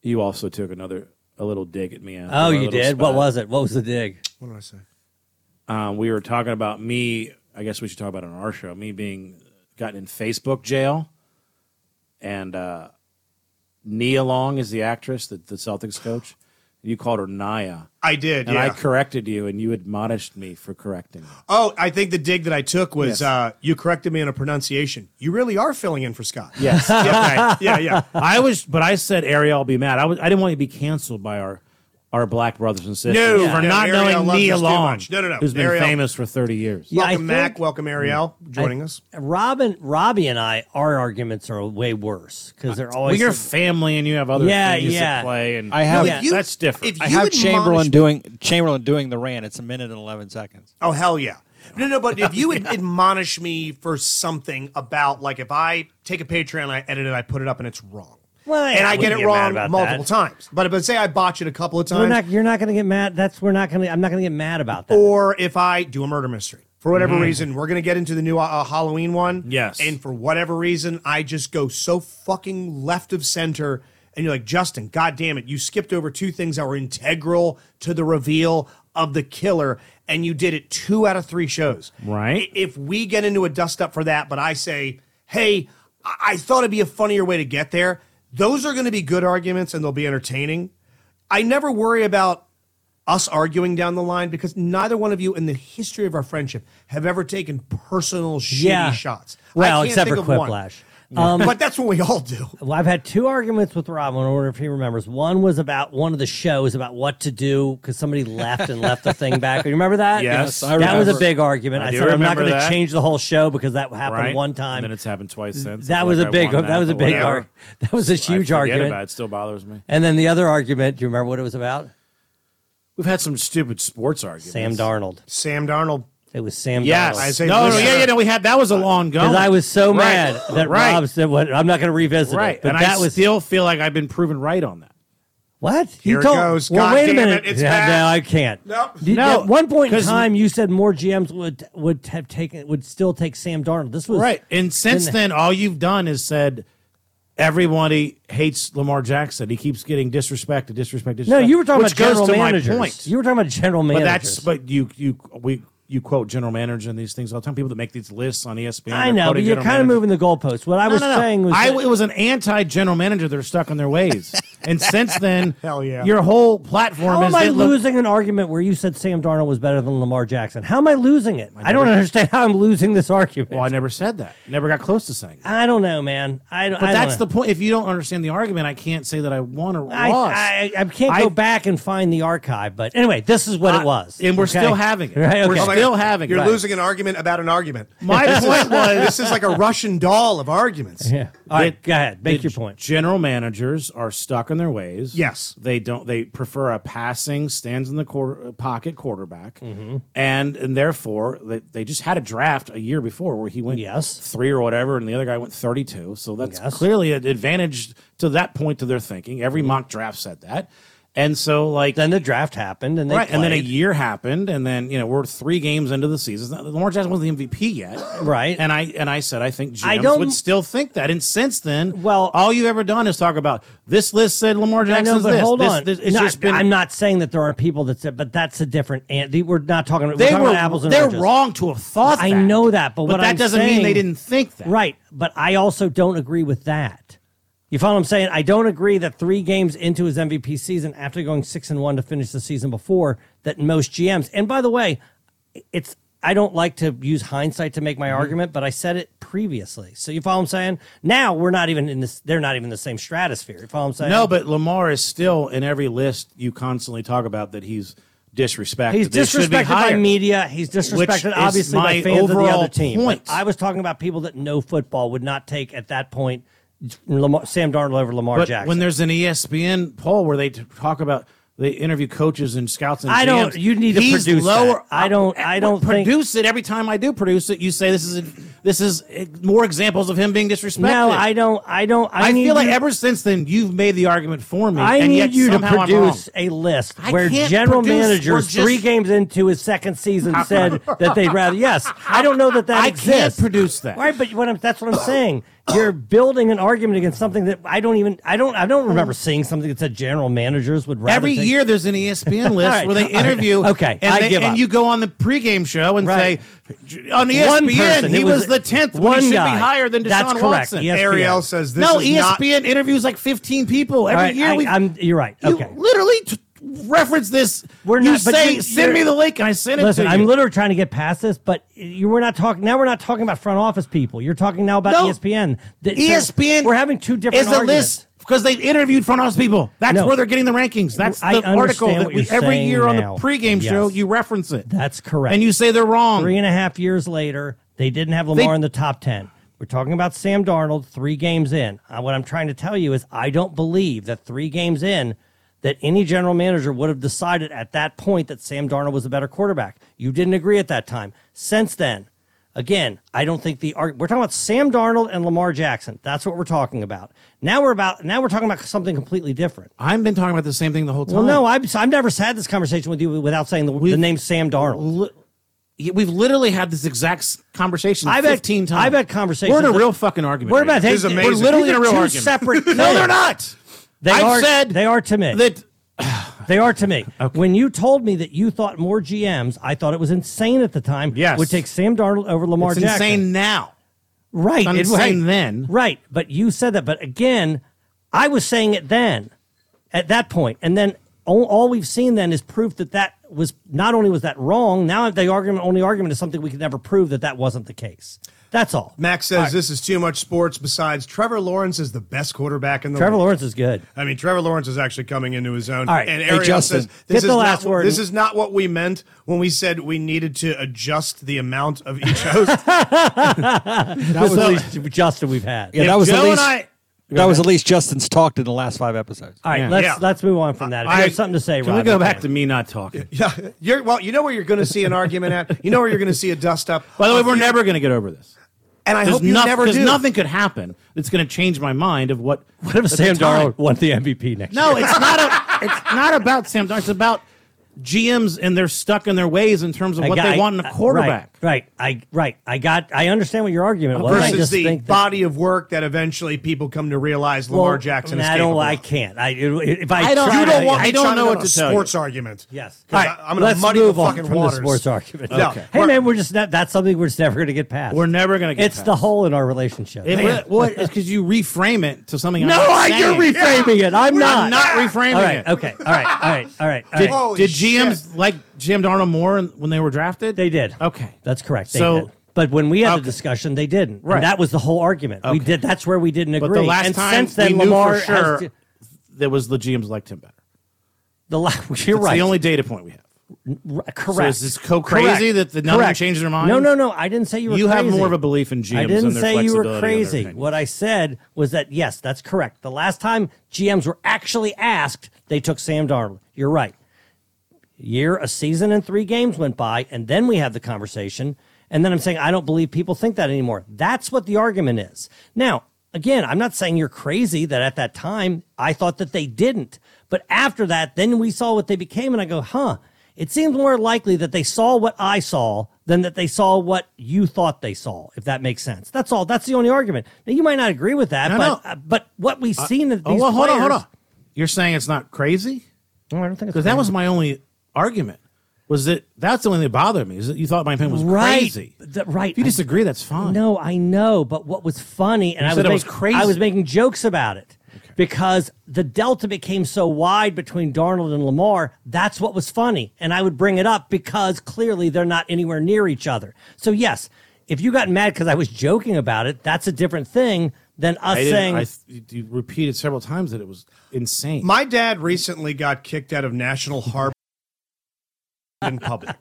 Speaker 9: you also took another a little dig at me.
Speaker 14: Uh.
Speaker 9: after
Speaker 8: Oh,
Speaker 9: a
Speaker 8: you
Speaker 9: little
Speaker 8: did. What
Speaker 9: spat.
Speaker 8: was it? What was the dig?
Speaker 10: what did I say?
Speaker 9: um, we were talking about me. I guess we should talk about it on our show. Me being gotten in Facebook jail, and uh, Nia Long is the actress, the, the Celtics coach. You called her Naya,
Speaker 10: I did.
Speaker 9: and
Speaker 10: yeah.
Speaker 9: I corrected you, and you admonished me for correcting. Me.
Speaker 10: Oh, I think the dig that I took was
Speaker 9: Yes.
Speaker 10: uh, you corrected me on a pronunciation. You really are filling in for Scott. *laughs*
Speaker 9: Yes,
Speaker 10: yeah, okay. yeah, yeah.
Speaker 9: I was, but I said Ariel will be mad. I was, I didn't want you to be canceled by our our black brothers and sisters
Speaker 10: No,
Speaker 9: for
Speaker 10: no,
Speaker 9: not
Speaker 10: Ariel
Speaker 9: knowing
Speaker 10: loves
Speaker 9: Nia
Speaker 10: us too
Speaker 9: Long,
Speaker 10: much. No, no, no.
Speaker 9: who's been
Speaker 10: Ariel-
Speaker 9: famous for thirty years.
Speaker 8: *laughs* Yeah, I
Speaker 10: welcome, Mac.
Speaker 8: think-
Speaker 10: Welcome, Ariel, joining us.
Speaker 8: Robin, Robbie, and I, our arguments are way worse because they're
Speaker 9: Well,
Speaker 8: always
Speaker 9: you're family, and you have other
Speaker 8: Yeah,
Speaker 9: things
Speaker 8: yeah.
Speaker 9: to play, and
Speaker 1: I have-
Speaker 8: No, if you-
Speaker 9: that's different.
Speaker 10: if
Speaker 1: I
Speaker 10: you
Speaker 1: have
Speaker 10: admonish-
Speaker 1: Chamberlain doing Chamberlain doing the rant. It's a minute and eleven seconds.
Speaker 10: Oh hell yeah! No, no. But if
Speaker 8: *laughs*
Speaker 10: you would admonish me for something about, like, if I take a Patreon, I edit it, I put it up, and it's wrong,
Speaker 8: Well,
Speaker 10: and
Speaker 8: yeah,
Speaker 10: I
Speaker 8: I
Speaker 10: get
Speaker 8: wouldn't
Speaker 10: it
Speaker 8: get mad
Speaker 10: wrong
Speaker 8: about
Speaker 10: multiple
Speaker 8: that.
Speaker 10: times. But but say I botch it a couple of
Speaker 8: We're
Speaker 10: times,
Speaker 8: not. You're not going to get mad. That's we're not going to. I'm not going to get mad about that.
Speaker 10: or if I do a murder mystery for whatever reason, we're gonna get into the new uh, Halloween one.
Speaker 9: Yes.
Speaker 10: and for whatever reason, I just go so fucking left of center, and you're like, Justin, god damn it, you skipped over two things that were integral to the reveal of the killer, and you did it two out of three shows.
Speaker 9: Right.
Speaker 10: I- If we get into a dust up for that, but I say, hey, I, I thought it'd be a funnier way to get there. Those are gonna be good arguments, and they'll be entertaining. I never worry about us arguing down the line because neither one of you in the history of our friendship have ever taken personal shitty
Speaker 8: Yeah.
Speaker 10: shots. I
Speaker 8: Well,
Speaker 10: can't
Speaker 8: except for
Speaker 10: think of one.
Speaker 8: Quiplash.
Speaker 9: Um,
Speaker 8: Um,
Speaker 10: but that's what we all do.
Speaker 8: Well, I've had two arguments with Rob. I wonder if he remembers. One was about one of the shows about what to do because somebody left and left the thing back. You remember that?
Speaker 9: Yes, Yes, I
Speaker 8: that was a
Speaker 9: remember.
Speaker 8: big argument.
Speaker 9: I
Speaker 8: I,
Speaker 9: do
Speaker 8: said I'm not
Speaker 9: remember
Speaker 8: going to
Speaker 9: that.
Speaker 8: change the whole show because that happened
Speaker 9: right?
Speaker 8: one
Speaker 9: And then
Speaker 8: time.
Speaker 9: it's happened twice since.
Speaker 8: That
Speaker 9: It's
Speaker 8: was
Speaker 9: like
Speaker 8: a
Speaker 9: I
Speaker 8: big.
Speaker 9: won
Speaker 8: That, was a
Speaker 9: but
Speaker 8: big.
Speaker 9: whatever.
Speaker 8: Ar- that was a huge
Speaker 9: I forget
Speaker 8: argument.
Speaker 9: About it. it still bothers me.
Speaker 8: And then the other argument. Do you remember what it was about?
Speaker 9: We've had some stupid sports arguments.
Speaker 8: Sam Darnold.
Speaker 10: Sam Darnold.
Speaker 8: It was Sam.
Speaker 9: Yes.
Speaker 8: Darnold.
Speaker 10: Isaiah
Speaker 9: no, no,
Speaker 10: Wilson.
Speaker 9: yeah, yeah, no. We had that was a long go.
Speaker 8: Because I was so
Speaker 9: Right.
Speaker 8: mad that
Speaker 9: right,
Speaker 8: Rob said, "What? I'm not going to revisit
Speaker 9: right,
Speaker 8: it." But
Speaker 9: and
Speaker 8: that
Speaker 9: I
Speaker 8: was
Speaker 9: still feel like I've been proven right on that. What?
Speaker 11: Here it
Speaker 9: told-
Speaker 11: goes.
Speaker 9: Well,
Speaker 11: God
Speaker 9: wait a
Speaker 11: damn
Speaker 9: minute.
Speaker 11: it, it's
Speaker 9: yeah,
Speaker 11: back.
Speaker 9: No, I can't.
Speaker 11: Nope.
Speaker 9: You-
Speaker 11: No,
Speaker 9: At one point in
Speaker 11: 'cause-
Speaker 9: time, you said more GMs would would have taken would still take Sam Darnold. This was
Speaker 10: right. And since
Speaker 9: didn't-
Speaker 10: then, all you've done is said everybody hates Lamar Jackson. He keeps getting disrespected, disrespected.
Speaker 9: No,
Speaker 10: disrespected
Speaker 9: you were talking
Speaker 10: which
Speaker 9: about general
Speaker 10: goes to
Speaker 9: managers.
Speaker 10: My point.
Speaker 9: You were talking about general
Speaker 10: But
Speaker 9: managers.
Speaker 10: that's but you you we you quote general manager and these things all the time. People that make these lists on E ESPN.
Speaker 9: I
Speaker 10: they're
Speaker 9: know, but
Speaker 10: quoting
Speaker 9: you're
Speaker 10: general
Speaker 9: kind of
Speaker 10: managers.
Speaker 9: moving the goalposts. What I
Speaker 10: No,
Speaker 9: was
Speaker 10: no, no.
Speaker 9: saying was
Speaker 10: I,
Speaker 9: that-
Speaker 10: it was an anti general manager. They're stuck in their ways, and
Speaker 9: *laughs*
Speaker 10: since then,
Speaker 11: Hell yeah.
Speaker 10: your whole platform
Speaker 9: How
Speaker 10: is
Speaker 9: am I
Speaker 10: that look-
Speaker 9: losing an argument where you said Sam Darnold was better than Lamar Jackson? How am I losing it? I, don't
Speaker 10: never-
Speaker 9: understand how I'm losing this argument.
Speaker 10: Well, I never said that. Never got close to saying. it.
Speaker 9: I don't know, man. I don't.
Speaker 10: But that's the point. If you don't understand the argument, I can't say that I won or
Speaker 9: I,
Speaker 10: lost.
Speaker 9: I, I can't
Speaker 10: I-
Speaker 9: go back and find the archive, but anyway, this is what
Speaker 10: I-
Speaker 9: it was,
Speaker 10: and we're
Speaker 9: okay?
Speaker 10: still having it.
Speaker 9: *laughs* Right,
Speaker 10: We're
Speaker 9: okay.
Speaker 11: Oh my
Speaker 10: still
Speaker 11: God.
Speaker 10: having it.
Speaker 11: You're
Speaker 10: Right.
Speaker 11: losing an argument about an
Speaker 9: *laughs*
Speaker 11: argument.
Speaker 10: My
Speaker 11: This is-
Speaker 10: *laughs* point was-
Speaker 11: this is like a Russian doll of arguments.
Speaker 9: Yeah. All right,
Speaker 10: That-
Speaker 9: go ahead. Make
Speaker 10: that
Speaker 9: your point.
Speaker 10: General managers are stuck in their ways.
Speaker 11: Yes.
Speaker 10: they don't. They prefer a passing, stands in the quarter, pocket quarterback,
Speaker 9: Mm-hmm.
Speaker 10: and and therefore they, they just had a draft a year before where he went
Speaker 9: Yes.
Speaker 10: three or whatever, and the other guy went thirty two. So that's
Speaker 9: Yes. Mm-hmm.
Speaker 10: clearly an advantage to that point to their thinking. Every mock draft said that, and so like
Speaker 9: Then the draft happened, and they
Speaker 10: right, and then a
Speaker 9: played.
Speaker 10: year happened, and then you know we're three games into the season. Lamar Jackson wasn't the MVP yet,
Speaker 9: Right.
Speaker 10: And I and I said I think GMs
Speaker 9: I don't-
Speaker 10: would still think that. And since then,
Speaker 9: Well-
Speaker 10: all you've ever done is talk about this list said Lamar
Speaker 9: I know,
Speaker 10: Jackson's
Speaker 9: but
Speaker 10: this.
Speaker 9: hold
Speaker 10: this,
Speaker 9: on.
Speaker 10: this- it's
Speaker 9: No,
Speaker 10: just been.
Speaker 9: I'm not saying that there aren't people that said, but that's a different. And we're not talking. We're
Speaker 10: they
Speaker 9: talking
Speaker 10: were
Speaker 9: about apples and
Speaker 10: they're
Speaker 9: oranges.
Speaker 10: wrong to have thought.
Speaker 9: I
Speaker 10: that.
Speaker 9: know that, but what
Speaker 10: that
Speaker 9: I'm
Speaker 10: doesn't mean they
Speaker 9: saying-
Speaker 10: didn't think that.
Speaker 9: Right, but I also don't agree with that. You follow what I'm saying? I don't agree that three games into his MVP season, after going six and one to finish the season before, that most GMs. And by the way, it's I don't like to use hindsight to make
Speaker 10: Mm-hmm.
Speaker 9: my argument, but I said it previously. So you follow what I'm saying? Now we're not even in this. They're not even in the same stratosphere. You follow what I'm saying?
Speaker 10: No, but Lamar is still in every list you constantly talk about that he's disrespected.
Speaker 9: He's
Speaker 10: They should be
Speaker 9: disrespected by
Speaker 10: higher.
Speaker 9: media. He's
Speaker 10: Which is
Speaker 9: disrespected, obviously, by
Speaker 10: my
Speaker 9: fans of the
Speaker 10: overall
Speaker 9: other team.
Speaker 10: point.
Speaker 9: But I was talking about people that know football would not take at that point Lamar, Sam Darnold over Lamar
Speaker 10: But
Speaker 9: Jackson.
Speaker 10: when there's an E ESPN poll where they t- talk about they interview coaches and scouts and
Speaker 9: I don't-
Speaker 10: GMs,
Speaker 9: you need to
Speaker 10: he's
Speaker 9: produce
Speaker 10: lower.
Speaker 9: that. I don't- I don't think-
Speaker 10: produce it every time I do produce it. You say this is this is eh, more examples of him being disrespected.
Speaker 9: no, I don't. I don't. I,
Speaker 10: I,
Speaker 9: need
Speaker 10: feel like
Speaker 9: you,
Speaker 10: ever since then you've made the argument for me.
Speaker 9: I
Speaker 10: and
Speaker 9: need
Speaker 10: yet
Speaker 9: you to
Speaker 10: somehow I'm wrong.
Speaker 9: produce a list
Speaker 10: I
Speaker 9: where
Speaker 10: can't
Speaker 9: general
Speaker 10: produce- we're
Speaker 9: managers
Speaker 10: just-
Speaker 9: three games into his
Speaker 10: *laughs*
Speaker 9: second season said that they'd rather. Yes, I don't know that that
Speaker 10: I can't
Speaker 9: exists.
Speaker 10: produce that.
Speaker 9: Right, but what I'm, that's what I'm saying. You're building an argument against something that I don't even. I don't. I don't remember seeing something that said general managers would rather
Speaker 10: Every
Speaker 9: take-
Speaker 10: year there's an E ESPN
Speaker 9: *laughs*
Speaker 10: list
Speaker 9: right.
Speaker 10: where they
Speaker 9: All right.
Speaker 10: interview.
Speaker 9: Okay,
Speaker 10: and,
Speaker 9: I
Speaker 10: they-
Speaker 9: give
Speaker 10: and
Speaker 9: up.
Speaker 10: you go on the pregame show and
Speaker 9: Right.
Speaker 10: say on E ESPN
Speaker 9: One person,
Speaker 10: he
Speaker 9: it
Speaker 10: was,
Speaker 9: was
Speaker 10: the tenth.
Speaker 9: one
Speaker 10: he should
Speaker 9: guy.
Speaker 10: be higher than Deshaun
Speaker 9: That's correct. E
Speaker 10: Watson.
Speaker 9: Yes,
Speaker 11: Ariel
Speaker 9: ESPN.
Speaker 11: says this
Speaker 10: no, E
Speaker 11: is not-
Speaker 10: ESPN interviews like 15 people every
Speaker 9: All right,
Speaker 10: year.
Speaker 9: I,
Speaker 10: we,
Speaker 9: I'm. You're right.
Speaker 10: you
Speaker 9: okay.
Speaker 10: literally t- reference this.
Speaker 9: We're
Speaker 10: you
Speaker 9: not- but
Speaker 10: say,
Speaker 9: you-
Speaker 10: send me
Speaker 9: you're-
Speaker 10: the link, and I send it
Speaker 9: Listen,
Speaker 10: to you.
Speaker 9: I'm literally trying to get past this, but you were not talking. Now we're not talking about front office people. You're talking now about E
Speaker 10: No. E
Speaker 9: ESPN. Th- so
Speaker 10: ESPN
Speaker 9: We're having two different
Speaker 10: is a
Speaker 9: arguments.
Speaker 10: list because they've interviewed front office people. That's
Speaker 9: No.
Speaker 10: where they're getting the rankings. That's
Speaker 9: I
Speaker 10: the article
Speaker 9: understand
Speaker 10: that
Speaker 9: what
Speaker 10: we
Speaker 9: you're
Speaker 10: every
Speaker 9: saying
Speaker 10: year on the
Speaker 9: now.
Speaker 10: pregame show
Speaker 9: Yes.
Speaker 10: you reference it.
Speaker 9: That's correct.
Speaker 10: and you say they're wrong.
Speaker 9: three and a half years later, they didn't have Lamar
Speaker 10: They-
Speaker 9: in the top ten. We're talking about Sam Darnold three games in. Uh, what I'm trying to tell you is, I don't believe that three games in that any general manager would have decided at that point that Sam Darnold was a better quarterback. You didn't agree at that time. Since then, again, I don't think the arg- we're talking about Sam Darnold and Lamar Jackson. That's what we're talking about. Now we're about now we're talking about something completely different.
Speaker 10: I've been talking about the same thing the whole time.
Speaker 9: Well, no, I've I've never had this conversation with you without saying the, the name Sam Darnold.
Speaker 10: Li- We've literally had this exact s- conversation
Speaker 9: I've had-
Speaker 10: 15 times.
Speaker 9: I've had conversations
Speaker 10: We're in a
Speaker 9: that-
Speaker 10: real fucking argument.
Speaker 9: We're
Speaker 10: right
Speaker 9: about
Speaker 10: now.
Speaker 9: they,
Speaker 11: This is amazing.
Speaker 9: We're
Speaker 10: literally
Speaker 9: literally
Speaker 10: in a real
Speaker 9: two
Speaker 10: argument.
Speaker 9: separate.
Speaker 10: No, they're
Speaker 9: things.
Speaker 10: not.
Speaker 9: They
Speaker 10: I've
Speaker 9: are.
Speaker 10: said
Speaker 9: they are to me.
Speaker 10: That
Speaker 9: they are
Speaker 10: *laughs*
Speaker 9: to me. When you told me that you thought more GMs, I thought it was insane at the time.
Speaker 10: Yes.
Speaker 9: would take Sam Darnold over Lamar
Speaker 10: it's
Speaker 9: Jackson.
Speaker 10: insane now.
Speaker 9: right?
Speaker 10: It's
Speaker 9: it-
Speaker 10: insane
Speaker 9: right.
Speaker 10: then.
Speaker 9: Right, but you said that. But again, I was saying it then, at that point, and then all, all we've seen then is proof that that was not only was that wrong. Now the argument, only argument, is something we could never prove that that wasn't the case. That's all.
Speaker 11: Max says this is *laughs* too much sports. Besides, Trevor Lawrence is the best quarterback in the
Speaker 9: Trevor
Speaker 11: league.
Speaker 9: Lawrence is good.
Speaker 11: I mean, Trevor Lawrence is actually coming into his own.
Speaker 9: All right.
Speaker 11: And
Speaker 9: Hey,
Speaker 11: Ariel
Speaker 1: Justin,
Speaker 11: says
Speaker 9: get
Speaker 11: this
Speaker 9: the
Speaker 11: is
Speaker 9: last
Speaker 11: not,
Speaker 9: word.
Speaker 11: This is not what we meant when we said we needed to adjust the amount of each host.
Speaker 9: That was the least Justin we've had.
Speaker 1: Yeah, that was
Speaker 10: Joe
Speaker 1: at
Speaker 10: and
Speaker 1: least.
Speaker 10: I-
Speaker 1: that was at least Justin's talked in the last five episodes.
Speaker 9: All right,
Speaker 10: Yeah.
Speaker 9: let's
Speaker 11: Yeah.
Speaker 9: let's move on from that. If you
Speaker 11: I-
Speaker 9: have something to say,
Speaker 10: Can
Speaker 9: Rob,
Speaker 10: we go
Speaker 9: you
Speaker 10: back
Speaker 9: can.
Speaker 10: to me not talking?
Speaker 11: *laughs* yeah, you're, well, you know where you're going to see an argument at. You know where you're going to see a dust up.
Speaker 10: By the way, we're never going to get over this.
Speaker 11: And I
Speaker 10: There's
Speaker 11: hope you
Speaker 10: noth-
Speaker 11: never
Speaker 10: 'cause
Speaker 11: do.
Speaker 10: nothing could
Speaker 9: *laughs*
Speaker 10: happen that's going to change my mind of what.
Speaker 9: What if
Speaker 10: at the
Speaker 9: Sam
Speaker 10: time-
Speaker 9: *laughs* Darnold won the MVP next? year?
Speaker 10: No, it's not a. it's not about Sam Darnold. It's about GMs and they're stuck in their ways in terms of
Speaker 9: I
Speaker 10: what
Speaker 9: got-
Speaker 10: they want in
Speaker 9: I-
Speaker 10: a quarterback.
Speaker 9: uh, Right, right. I right. I got. I understand what your argument was. I
Speaker 11: versus
Speaker 9: just
Speaker 11: the
Speaker 9: think that-
Speaker 11: body of work that eventually people come to realize Lamar
Speaker 9: Well,
Speaker 11: Jackson
Speaker 9: nah,
Speaker 11: is
Speaker 9: I
Speaker 11: capable.
Speaker 9: don't. I
Speaker 11: of.
Speaker 9: can't. I if I,
Speaker 11: You
Speaker 9: try
Speaker 11: don't
Speaker 9: to-
Speaker 11: want
Speaker 9: I
Speaker 11: me
Speaker 9: don't
Speaker 11: trying
Speaker 9: know
Speaker 11: go
Speaker 9: what
Speaker 11: on
Speaker 9: to
Speaker 11: a
Speaker 9: tell
Speaker 11: sports
Speaker 9: you.
Speaker 11: argument.
Speaker 9: Yes,
Speaker 11: 'Cause I, am going to muddy the fucking
Speaker 9: from
Speaker 11: waters.
Speaker 9: the sports argument.
Speaker 11: No,
Speaker 9: Hey man, we're just not, that's something we're just never going to get past. We're
Speaker 10: never going to get
Speaker 9: It's
Speaker 10: past
Speaker 9: the hole in our relationship.
Speaker 10: It, what, what is because you reframe it to something. I'm
Speaker 9: No,
Speaker 10: not
Speaker 9: I-
Speaker 10: saying.
Speaker 9: you're reframing it. I'm
Speaker 10: We're
Speaker 9: not.
Speaker 10: reframing
Speaker 9: All right,
Speaker 10: it.
Speaker 9: okay, all right, all right, all right, all
Speaker 10: Did, did
Speaker 9: right.
Speaker 10: GMs like Jim Darnold more in- when they were drafted? They
Speaker 9: did.
Speaker 10: Okay,
Speaker 9: that's correct. They
Speaker 10: So
Speaker 9: did. But when we had the discussion, they didn't. And
Speaker 10: Right.
Speaker 9: that was the whole argument. We did. That's where we didn't agree.
Speaker 10: but the last
Speaker 9: and
Speaker 10: time
Speaker 9: since then,
Speaker 10: we knew
Speaker 9: Lamar
Speaker 10: for sure
Speaker 9: has to-
Speaker 10: there was the GMs liked him better.
Speaker 9: the la- *laughs* you're
Speaker 10: That's
Speaker 9: right.
Speaker 10: The only data point we have.
Speaker 9: correct.
Speaker 10: So is this co crazy that the none of them
Speaker 9: Correct.
Speaker 10: changed their mind?
Speaker 9: No, no, no. I didn't say you were.
Speaker 10: You have
Speaker 9: crazy.
Speaker 10: more of a belief in GMs
Speaker 9: I didn't
Speaker 10: and their
Speaker 9: say
Speaker 10: flexibility
Speaker 9: you were
Speaker 10: and their
Speaker 9: crazy.
Speaker 10: opinion.
Speaker 9: What I said was that yes, that's correct. The last time GMs were actually asked, they took Sam Darnold. You're right. Year, a season, and three games went by, and then we had the conversation. And then I'm saying I don't believe people think that anymore. That's what the argument is. Now, again, I'm not saying you're crazy that at that time I thought that they didn't. But after that, then we saw what they became, and I go, huh, it seems more likely that they saw what I saw than that they saw what you thought they saw, if that makes sense. That's all. That's the only argument. Now, you might not agree with that,
Speaker 10: No,
Speaker 9: but,
Speaker 10: no.
Speaker 9: uh, but what we've seen of
Speaker 10: Oh,
Speaker 9: these
Speaker 10: well, hold on, hold
Speaker 9: players-
Speaker 10: on. You're saying it's not crazy?
Speaker 9: No, I don't think it's
Speaker 10: because that
Speaker 9: crazy.
Speaker 10: was my only argument. Was that that's the only thing that bothered me? Is that you thought my opinion was
Speaker 9: right.
Speaker 10: crazy?
Speaker 9: Th- right.
Speaker 10: If you disagree, that's fine.
Speaker 9: No, I know, but what was funny, and
Speaker 10: You
Speaker 9: I
Speaker 10: said
Speaker 9: was,
Speaker 10: it was
Speaker 9: make-
Speaker 10: crazy.
Speaker 9: I was making jokes about it because the delta became so wide between Darnold and Lamar. That's what was funny, and I would bring it up because clearly they're not anywhere near each other. So yes, if you got mad because I was joking about it, that's a different thing than us
Speaker 10: I didn't-
Speaker 9: saying.
Speaker 10: I th- you repeated several times that it was insane.
Speaker 11: My dad recently got kicked out of
Speaker 10: *laughs*
Speaker 11: National Harbor in
Speaker 9: *laughs*
Speaker 11: public.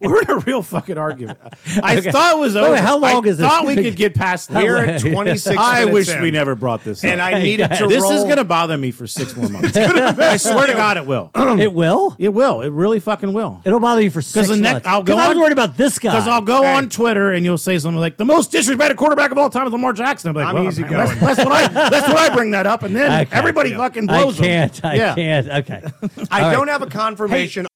Speaker 10: We're in a real fucking argument. I
Speaker 11: Okay.
Speaker 10: thought it was
Speaker 11: Wait,
Speaker 10: over.
Speaker 11: how long
Speaker 10: I
Speaker 11: is this?
Speaker 10: Thought we could get past.
Speaker 11: How
Speaker 10: We're
Speaker 11: long-
Speaker 10: at 26
Speaker 11: I
Speaker 10: minutes
Speaker 11: wish
Speaker 10: in.
Speaker 11: we never
Speaker 10: brought this.
Speaker 11: And
Speaker 10: up.
Speaker 11: I needed to
Speaker 10: This is
Speaker 11: roll-
Speaker 10: going to bother me for six more *laughs* months. I swear to God, it will.
Speaker 9: it will.
Speaker 10: It will. It really fucking will.
Speaker 9: It'll bother you for six
Speaker 10: Because the next,
Speaker 9: months.
Speaker 10: I'll go.
Speaker 9: I was
Speaker 10: on-
Speaker 9: worried about this guy.
Speaker 10: Because I'll go on Twitter and you'll say something like the most disrespected quarterback of all time is Lamar Jackson. I'm like,
Speaker 11: I'm
Speaker 10: well,
Speaker 11: easy
Speaker 10: that's,
Speaker 11: going.
Speaker 10: that's when I that's when I bring that up, and
Speaker 9: *laughs*
Speaker 10: then
Speaker 9: Okay.
Speaker 10: everybody fucking
Speaker 9: I
Speaker 10: blows. 'em.
Speaker 9: can't. I
Speaker 10: Yeah. *laughs*
Speaker 9: can't. Okay.
Speaker 11: I
Speaker 9: All right.
Speaker 11: don't have a confirmation,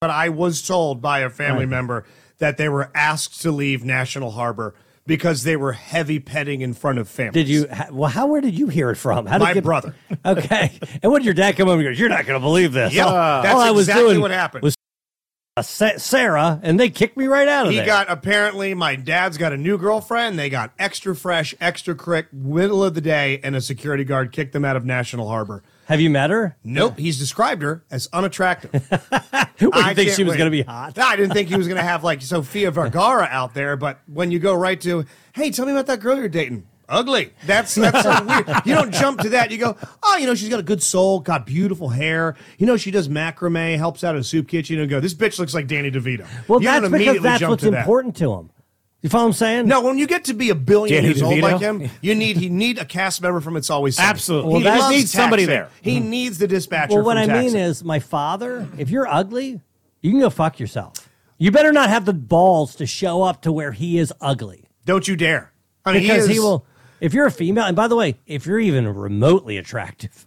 Speaker 11: but I was told by a family
Speaker 9: Right.
Speaker 11: member that they were asked to leave National Harbor because they were heavy petting in front of families.
Speaker 9: Did you? ha- Well, how? Where did you hear it from? How did
Speaker 11: My
Speaker 9: you-
Speaker 11: brother.
Speaker 9: *laughs* Okay. And when did your dad come over and goes, "You're not going to believe this."
Speaker 11: Yeah, that's exactly what happened.
Speaker 9: Was uh, Sa- Sarah, and they kicked me right out of
Speaker 11: He
Speaker 9: there.
Speaker 11: got apparently my dad's got a new girlfriend. They got extra fresh, extra quick, middle of the day, and a security guard kicked them out of National Harbor.
Speaker 9: Have you met her?
Speaker 11: Nope, he's described her as unattractive.
Speaker 9: What, you
Speaker 11: I
Speaker 9: think
Speaker 11: can't
Speaker 9: she was
Speaker 11: wait. Ah,
Speaker 9: going to be hot?
Speaker 11: I didn't think he was going to have like
Speaker 9: *laughs*
Speaker 11: Sofia Vergara out there, but when you go right to, hey, tell me about that girl you're dating. Ugly. That's that's
Speaker 9: *laughs*
Speaker 11: so weird. You don't jump to that. You go, oh, you know, she's got a good soul, got beautiful hair. You know, she does macrame, helps out at a soup kitchen, and go, this bitch looks like Danny DeVito.
Speaker 9: Well,
Speaker 11: You don't
Speaker 9: that's because
Speaker 11: immediately
Speaker 9: that's
Speaker 11: jump
Speaker 9: what's
Speaker 11: to that.
Speaker 9: important to him. You follow what I'm saying?
Speaker 11: No, when you get to be a billion
Speaker 10: Danny
Speaker 11: years old
Speaker 10: DeVito?
Speaker 11: like him, you need he need a cast member from It's Always Sunny.
Speaker 10: Absolutely.
Speaker 11: He
Speaker 10: Well, that-
Speaker 11: loves
Speaker 10: needs somebody
Speaker 11: taxing.
Speaker 10: there.
Speaker 11: He needs the dispatcher.
Speaker 9: Hmm. Well, what
Speaker 11: from
Speaker 9: I mean
Speaker 11: taxing.
Speaker 9: is, my father. If you're ugly, you can go fuck yourself. You better not have the balls to show up to where he is ugly.
Speaker 11: don't you dare. I mean,
Speaker 9: because
Speaker 11: he,
Speaker 9: he,
Speaker 11: is-
Speaker 9: will. If you're a female, and by the way, if you're even remotely attractive,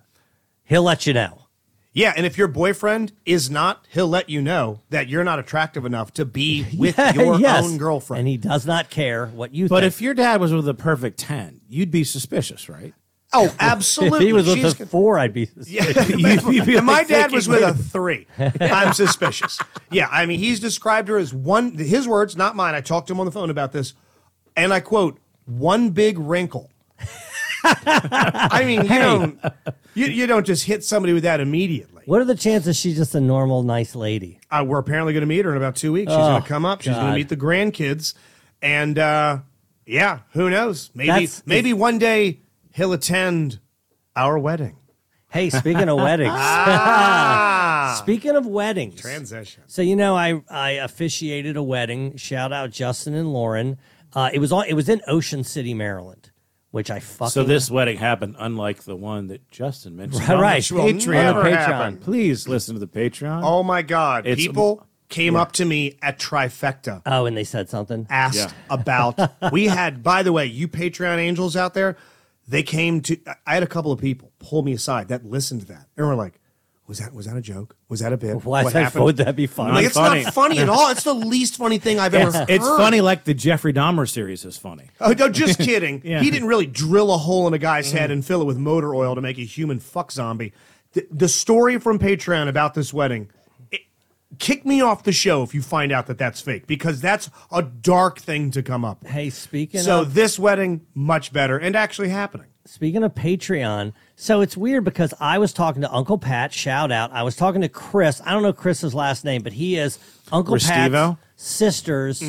Speaker 9: he'll let you know.
Speaker 11: Yeah, and if your boyfriend is not, he'll let you know that you're not attractive enough to be with
Speaker 9: *laughs* *laughs* Yeah,
Speaker 11: your
Speaker 9: yes.
Speaker 11: own girlfriend.
Speaker 9: and he does not care what you
Speaker 10: But
Speaker 9: think.
Speaker 10: if your dad was with a perfect ten, you'd be suspicious, right?
Speaker 11: oh,
Speaker 9: If
Speaker 11: absolutely.
Speaker 9: *laughs* he was with
Speaker 11: She's
Speaker 9: a four, I'd *laughs* be.
Speaker 11: *laughs* If my dad was with a
Speaker 10: a.
Speaker 11: three. I'm suspicious. Yeah, I mean, he's described her as one, his words, not mine. I talked to him on the phone about this, and I quote, one big wrinkle. *laughs* I mean, you, don't, you, you don't just hit somebody with that immediately.
Speaker 9: What are the chances she's just a normal, nice lady?
Speaker 11: Uh, we're apparently going to meet her in about two weeks. She's going
Speaker 9: Oh,
Speaker 11: to come up. She's going
Speaker 9: God.
Speaker 11: to meet the grandkids, and uh, yeah, who knows? Maybe
Speaker 9: That's-
Speaker 11: maybe one day he'll attend our wedding.
Speaker 9: Hey, speaking *laughs* of weddings, *laughs* speaking of weddings,
Speaker 11: Transition.
Speaker 9: So you know, I I officiated a wedding. Shout out Justin and Lauren. Uh, it was on. It was in Ocean City, Maryland, which I fucking
Speaker 10: So this wedding happened, unlike the one that Justin mentioned.
Speaker 9: Right,
Speaker 10: on
Speaker 9: right.
Speaker 10: the
Speaker 9: Will
Speaker 10: Patreon.
Speaker 11: never happen.
Speaker 10: Please listen to the Patreon.
Speaker 11: Oh my God!
Speaker 10: It's-
Speaker 11: People came up to me at Trifecta,
Speaker 9: Oh, and they said something.
Speaker 11: asked
Speaker 10: Yeah. *laughs*
Speaker 11: about. we had, by the way, you Patreon angels out there. They came to. I had a couple of people pull me aside that listened to that, and were like, Was that was that a joke? Was that a bit?
Speaker 9: Why is that- would that be funny?
Speaker 11: Like, it's
Speaker 10: Not
Speaker 11: not
Speaker 10: funny.
Speaker 11: funny
Speaker 9: *laughs*
Speaker 11: at all. It's the least funny thing I've ever
Speaker 10: It's,
Speaker 11: heard.
Speaker 10: it's funny like the Jeffrey Dahmer series is funny.
Speaker 11: Oh, no, just
Speaker 9: *laughs*
Speaker 11: kidding.
Speaker 10: Yeah.
Speaker 11: He didn't really drill a hole in a guy's
Speaker 9: Mm.
Speaker 11: head and fill it with motor oil to make a human fuck zombie. The, the story from Patreon about this wedding, it, kick me off the show if you find out that that's fake because that's a dark thing to come up with.
Speaker 9: Hey, speaking
Speaker 11: So
Speaker 9: of-
Speaker 11: this wedding, much better and actually happening.
Speaker 9: Speaking of Patreon, so it's weird because I was talking to Uncle Pat, shout out. I was talking to Chris. I don't know Chris's last name, but he is Uncle
Speaker 10: Restivo?
Speaker 9: Pat's sister's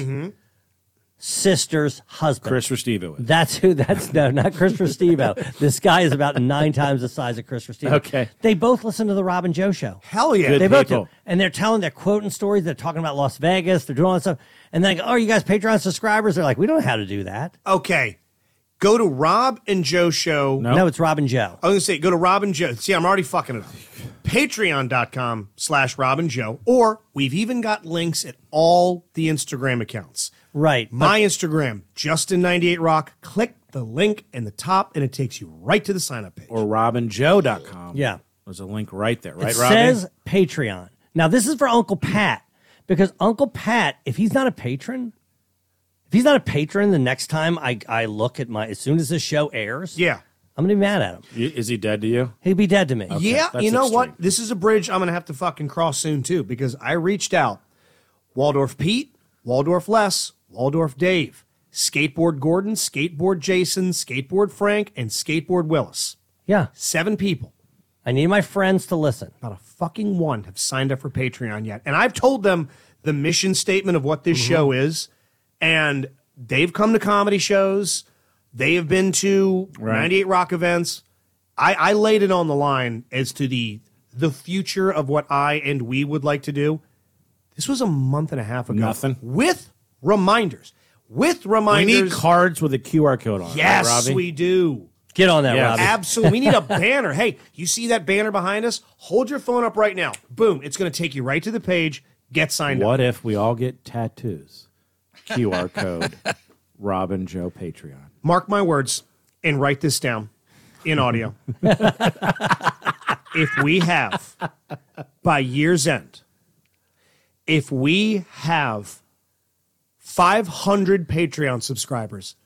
Speaker 9: sister's husband.
Speaker 10: Chris Restivo.
Speaker 9: That's who that's no, not Chris
Speaker 10: *laughs*
Speaker 9: Restivo. this guy is about nine times the size of Chris Restivo.
Speaker 10: Okay.
Speaker 9: They both listen to the Robin Joe show.
Speaker 11: Hell yeah. Good
Speaker 9: they both
Speaker 10: people.
Speaker 9: do. And they're telling, they're quoting stories, they're talking about Las Vegas, they're doing all that stuff. And then, like, oh, are you guys Patreon subscribers? They're like, we don't know how to do that.
Speaker 11: Okay. Go to Rob and Joe show.
Speaker 9: No, it's Robin Joe.
Speaker 11: I was gonna say go to Robin Joe. See, I'm already fucking it up. Patreon.com slash Robin Joe, or we've even got links at all the Instagram accounts.
Speaker 9: Right.
Speaker 11: My Instagram, Justin98Rock. Click the link in the top and it takes you right to the sign up page.
Speaker 10: Or robinjoe.com.
Speaker 9: Yeah.
Speaker 10: There's a link right there, right,
Speaker 9: it
Speaker 10: Robin?
Speaker 9: says Patreon. Now this is for Uncle Pat because Uncle Pat, if he's not a patron, if he's not a patron, the next time I I look at my as soon as this show airs,
Speaker 11: yeah,
Speaker 9: I'm gonna be mad at him.
Speaker 10: Y- Is he dead to you?
Speaker 9: He'd be dead to me.
Speaker 11: yeah, you know what? This is a bridge I'm going to have to fucking cross soon, too, because I reached out. Waldorf Pete, Waldorf Les, Waldorf Dave, Skateboard Gordon, Skateboard Jason, Skateboard Frank, and Skateboard Willis.
Speaker 9: Yeah.
Speaker 11: Seven people.
Speaker 9: I need my friends to listen.
Speaker 11: Not a fucking one have signed up for Patreon yet. And I've told them the mission statement of what
Speaker 10: Mm-hmm.
Speaker 11: this show is. And they've come to comedy shows. They have been to 98 Rock events. I, I laid it on the line as to the the future of what I and we would like to do. This was a month and a half ago.
Speaker 10: Nothing.
Speaker 11: With reminders. With
Speaker 10: We
Speaker 11: reminders.
Speaker 10: need cards with a QR code on it, right,
Speaker 11: Yes,
Speaker 10: Robbie?
Speaker 11: we do.
Speaker 9: Get on that,
Speaker 10: Yes.
Speaker 9: Robbie.
Speaker 11: Absolutely. We need a banner. Hey, you see that banner behind us? Hold your phone up right now. Boom. It's going to take you right to the page. Get signed
Speaker 10: What
Speaker 11: up.
Speaker 10: if we all get tattoos? QR code,
Speaker 9: *laughs*
Speaker 10: Robin Joe Patreon.
Speaker 11: Mark my words and write this down in audio. if we have, by year's end, if we have 500 Patreon subscribers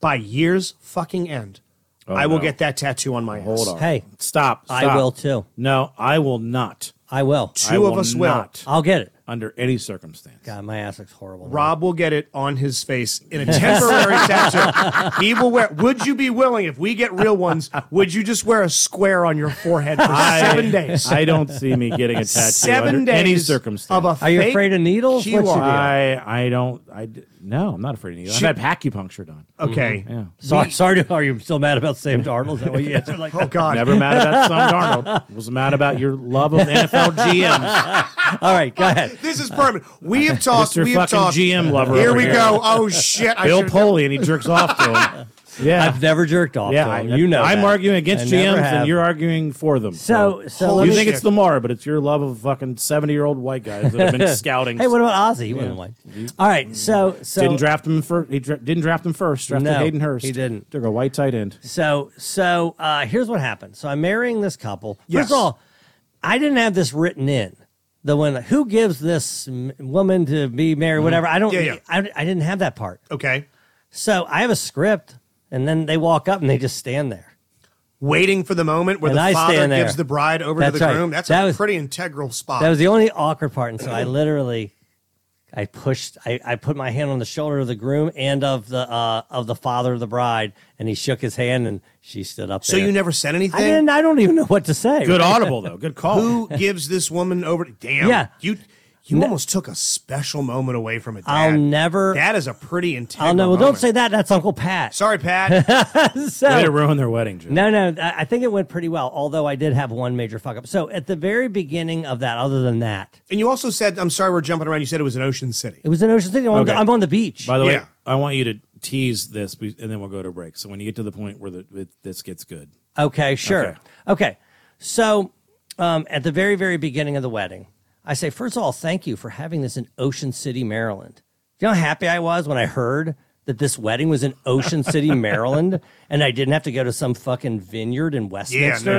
Speaker 11: by year's fucking end, I will
Speaker 10: Oh, no.
Speaker 11: get that tattoo on my ass.
Speaker 10: Hold on.
Speaker 9: Hey,
Speaker 10: Stop.
Speaker 9: I
Speaker 10: stop.
Speaker 9: will too.
Speaker 10: No, I will not.
Speaker 9: I will.
Speaker 11: Two
Speaker 10: I
Speaker 11: of
Speaker 10: will
Speaker 11: us will.
Speaker 10: not,
Speaker 9: I'll get it.
Speaker 10: under any circumstance.
Speaker 9: God, my ass looks horrible. now.
Speaker 11: Rob will get it on his face in a
Speaker 10: *laughs*
Speaker 11: temporary tattoo. He will wear. Would you be willing if we get real ones? Would you just wear a square on your forehead for
Speaker 10: I-
Speaker 11: seven days?
Speaker 10: I don't see me getting a tattoo
Speaker 11: seven
Speaker 10: under
Speaker 11: days
Speaker 10: any circumstance.
Speaker 11: Of a
Speaker 9: Are you
Speaker 11: fake
Speaker 9: afraid of needles? What's your
Speaker 11: QR.
Speaker 9: deal?
Speaker 10: I I don't I d- no I'm not afraid of needles.
Speaker 11: Shoot.
Speaker 10: I've had acupuncture done.
Speaker 11: Okay.
Speaker 10: Yeah.
Speaker 9: Sorry, sorry. to- Are you still mad about Sam Darnold? Is that what you answered? Like,
Speaker 11: Oh God.
Speaker 10: Never mad about Sam Darnold. Was mad about your love of
Speaker 9: *laughs*
Speaker 10: NFL GMs.
Speaker 9: all right, go ahead.
Speaker 11: This is permanent. We
Speaker 9: *laughs*
Speaker 11: have tossed.
Speaker 10: Mr.
Speaker 11: We have
Speaker 10: fucking
Speaker 11: tossed.
Speaker 10: GM lover
Speaker 11: Here
Speaker 10: over
Speaker 11: we
Speaker 10: here.
Speaker 11: go. Oh shit. I
Speaker 10: Bill
Speaker 11: should've-
Speaker 10: Polian, he jerks off to him. Yeah.
Speaker 9: I've never jerked off.
Speaker 10: yeah,
Speaker 9: to
Speaker 10: I-
Speaker 9: him. you know.
Speaker 10: I'm
Speaker 9: that.
Speaker 10: arguing against
Speaker 9: I
Speaker 10: GMs,
Speaker 9: never
Speaker 10: and
Speaker 9: have.
Speaker 10: you're arguing for them.
Speaker 9: So, so let
Speaker 10: you
Speaker 9: me-
Speaker 10: think it's Lamar, but it's your love of fucking seventy-year-old white guys that have
Speaker 9: *laughs*
Speaker 10: been scouting.
Speaker 9: Hey, what about Ozzy? He wasn't white. All right, so so
Speaker 10: didn't draft him first. He dra- didn't draft him first. Drafted
Speaker 9: No,
Speaker 10: Hayden Hurst.
Speaker 9: he didn't.
Speaker 10: Took a white tight end.
Speaker 9: so so uh, here's what happened. So I'm marrying this couple. First
Speaker 11: Yes.
Speaker 9: of all, I didn't have this written in. The one who gives this m- woman to be married,
Speaker 10: Mm-hmm.
Speaker 9: whatever. I don't.
Speaker 11: Yeah, yeah.
Speaker 9: I, I didn't have that part.
Speaker 11: Okay.
Speaker 9: So I have a script, and then they walk up and they just stand there.
Speaker 11: Waiting for the moment where
Speaker 9: And
Speaker 11: the
Speaker 9: I
Speaker 11: father
Speaker 9: stand there.
Speaker 11: gives the bride over
Speaker 9: That's
Speaker 11: to the
Speaker 9: right.
Speaker 11: groom. That's
Speaker 9: That
Speaker 11: a
Speaker 9: was-
Speaker 11: pretty integral spot.
Speaker 9: That was the only awkward part, and so I literally, I pushed, I, I put my hand on the shoulder of the groom and of the uh, of the father of the bride, and he shook his hand, and she stood up.
Speaker 11: so
Speaker 9: there.
Speaker 11: you never said anything.
Speaker 9: I didn't. I don't even know what to *laughs* say.
Speaker 10: Good audible though. Good call.
Speaker 11: Who gives this woman over? Damn.
Speaker 9: Yeah.
Speaker 11: You you almost took a special moment away from a dad.
Speaker 9: I'll never.
Speaker 11: That is a pretty integral.
Speaker 9: I'll know. Well, don't
Speaker 11: moment.
Speaker 9: say that. That's Uncle Pat.
Speaker 11: Sorry, Pat.
Speaker 9: *laughs* So-
Speaker 10: Way to ruin their wedding, Jim.
Speaker 9: no, no. I I think it went pretty well. Although I did have one major fuck up. So at the very beginning of that, other than that,
Speaker 11: and you also said, "I'm sorry, we're jumping around." You said it was an Ocean City.
Speaker 9: it was in Ocean City. I'm, on, the,
Speaker 10: Okay.
Speaker 9: I'm on the beach.
Speaker 10: By the way,
Speaker 11: Yeah.
Speaker 10: I want you to tease this, be- and then we'll go to break. So when you get to the point where the, it, this gets good,
Speaker 9: Okay, sure.
Speaker 10: Okay.
Speaker 9: Okay. So um, at the very, very beginning of the wedding, I say, first of all, thank you for having this in Ocean City, Maryland. Do you know how happy I was when I heard that this wedding was in
Speaker 11: *laughs*
Speaker 9: Ocean City, Maryland, and I didn't have to go to some fucking vineyard in Westminster?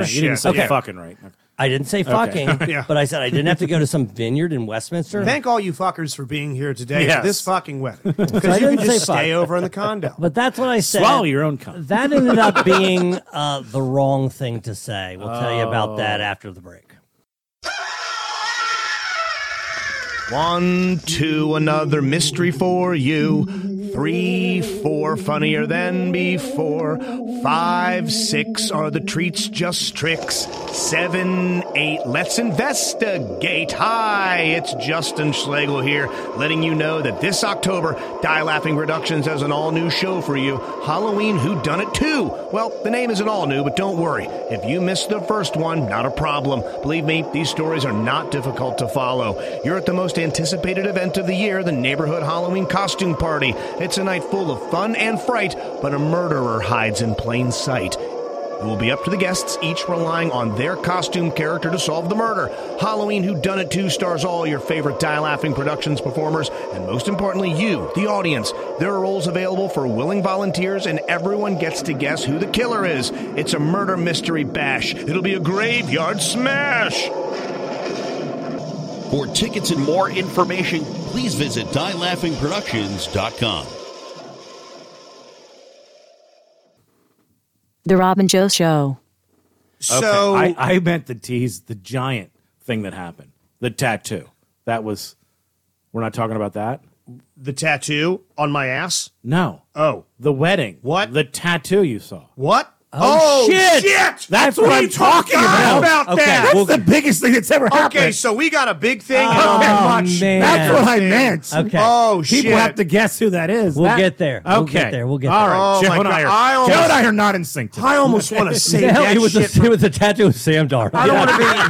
Speaker 11: no
Speaker 10: you didn't
Speaker 11: Shit.
Speaker 10: say
Speaker 11: Okay.
Speaker 10: fucking right.
Speaker 9: I didn't say
Speaker 11: *laughs*
Speaker 9: fucking,
Speaker 11: Yeah.
Speaker 9: but I said I didn't have to go
Speaker 11: *laughs*
Speaker 9: to some vineyard in Westminster.
Speaker 11: Thank all you fuckers for being here today for
Speaker 9: Yes.
Speaker 11: this fucking wedding.
Speaker 9: *laughs* So I
Speaker 11: Because you can just
Speaker 9: didn't say fuck.
Speaker 11: stay over in the condo.
Speaker 9: *laughs* But that's what I said.
Speaker 11: Swallow your own cum.
Speaker 9: That ended
Speaker 11: *laughs*
Speaker 9: up being uh, the wrong thing to say. We'll tell you about that
Speaker 11: Oh.
Speaker 9: after the break.
Speaker 11: One, two, another mystery for you. Three, four, funnier than before. Five, six, are the treats just tricks? Seven, eight, let's investigate. Hi, it's Justin Schlegel here, letting you know that this October, Die Laughing Productions has an all new show for you Halloween Who Done It Too. Well, the name isn't all new, but don't worry. If you missed the first one, not a problem. Believe me, these stories are not difficult to follow. You're at the most anticipated event of the year, the Neighborhood Halloween Costume Party. It's a night full of fun and fright, but a murderer hides in plain sight. It will be up to the guests, each relying on their costume character to solve the murder. Halloween Who Done It 2 stars all your favorite Die Laughing Productions performers, and most importantly, you, the audience. There are roles available for willing volunteers, and everyone gets to guess who the killer is. It's a murder mystery bash. It'll be a graveyard smash!
Speaker 15: For tickets and more information, please visit dielaughingproductions.com.
Speaker 14: The Rob and Joe Show.
Speaker 11: So-
Speaker 10: I, I meant to tease the giant thing that happened, the tattoo. That was. We're not talking about that.
Speaker 11: The tattoo on my ass?
Speaker 10: No.
Speaker 11: Oh,
Speaker 10: the wedding.
Speaker 11: What?
Speaker 10: The tattoo you saw.
Speaker 11: What?
Speaker 10: Oh, shit! That's what
Speaker 11: We
Speaker 10: I'm talking
Speaker 11: forgot
Speaker 10: about.
Speaker 11: about
Speaker 10: Okay,
Speaker 11: that.
Speaker 10: That's well- the
Speaker 11: biggest thing that's ever
Speaker 10: happened.
Speaker 11: Okay, so we got a big thing.
Speaker 10: Oh,
Speaker 11: and a much bigger
Speaker 10: man. That's what I
Speaker 11: thing.
Speaker 10: meant. Okay.
Speaker 11: Oh shit!
Speaker 10: People have to guess who that is.
Speaker 11: We'll
Speaker 10: That-
Speaker 11: get there. We'll
Speaker 10: okay.
Speaker 11: get there. We'll get
Speaker 10: All
Speaker 11: there.
Speaker 10: right.
Speaker 11: Oh,
Speaker 10: Joe
Speaker 11: my
Speaker 10: and I
Speaker 11: God.
Speaker 10: are.
Speaker 11: I almost-
Speaker 10: Joe and I are not in sync. today.
Speaker 11: I
Speaker 10: *laughs*
Speaker 11: almost wanna save
Speaker 9: Yeah,
Speaker 11: that
Speaker 9: it was
Speaker 11: shit
Speaker 9: *laughs* the, it was the tattoo of Sam Darnold.
Speaker 11: I don't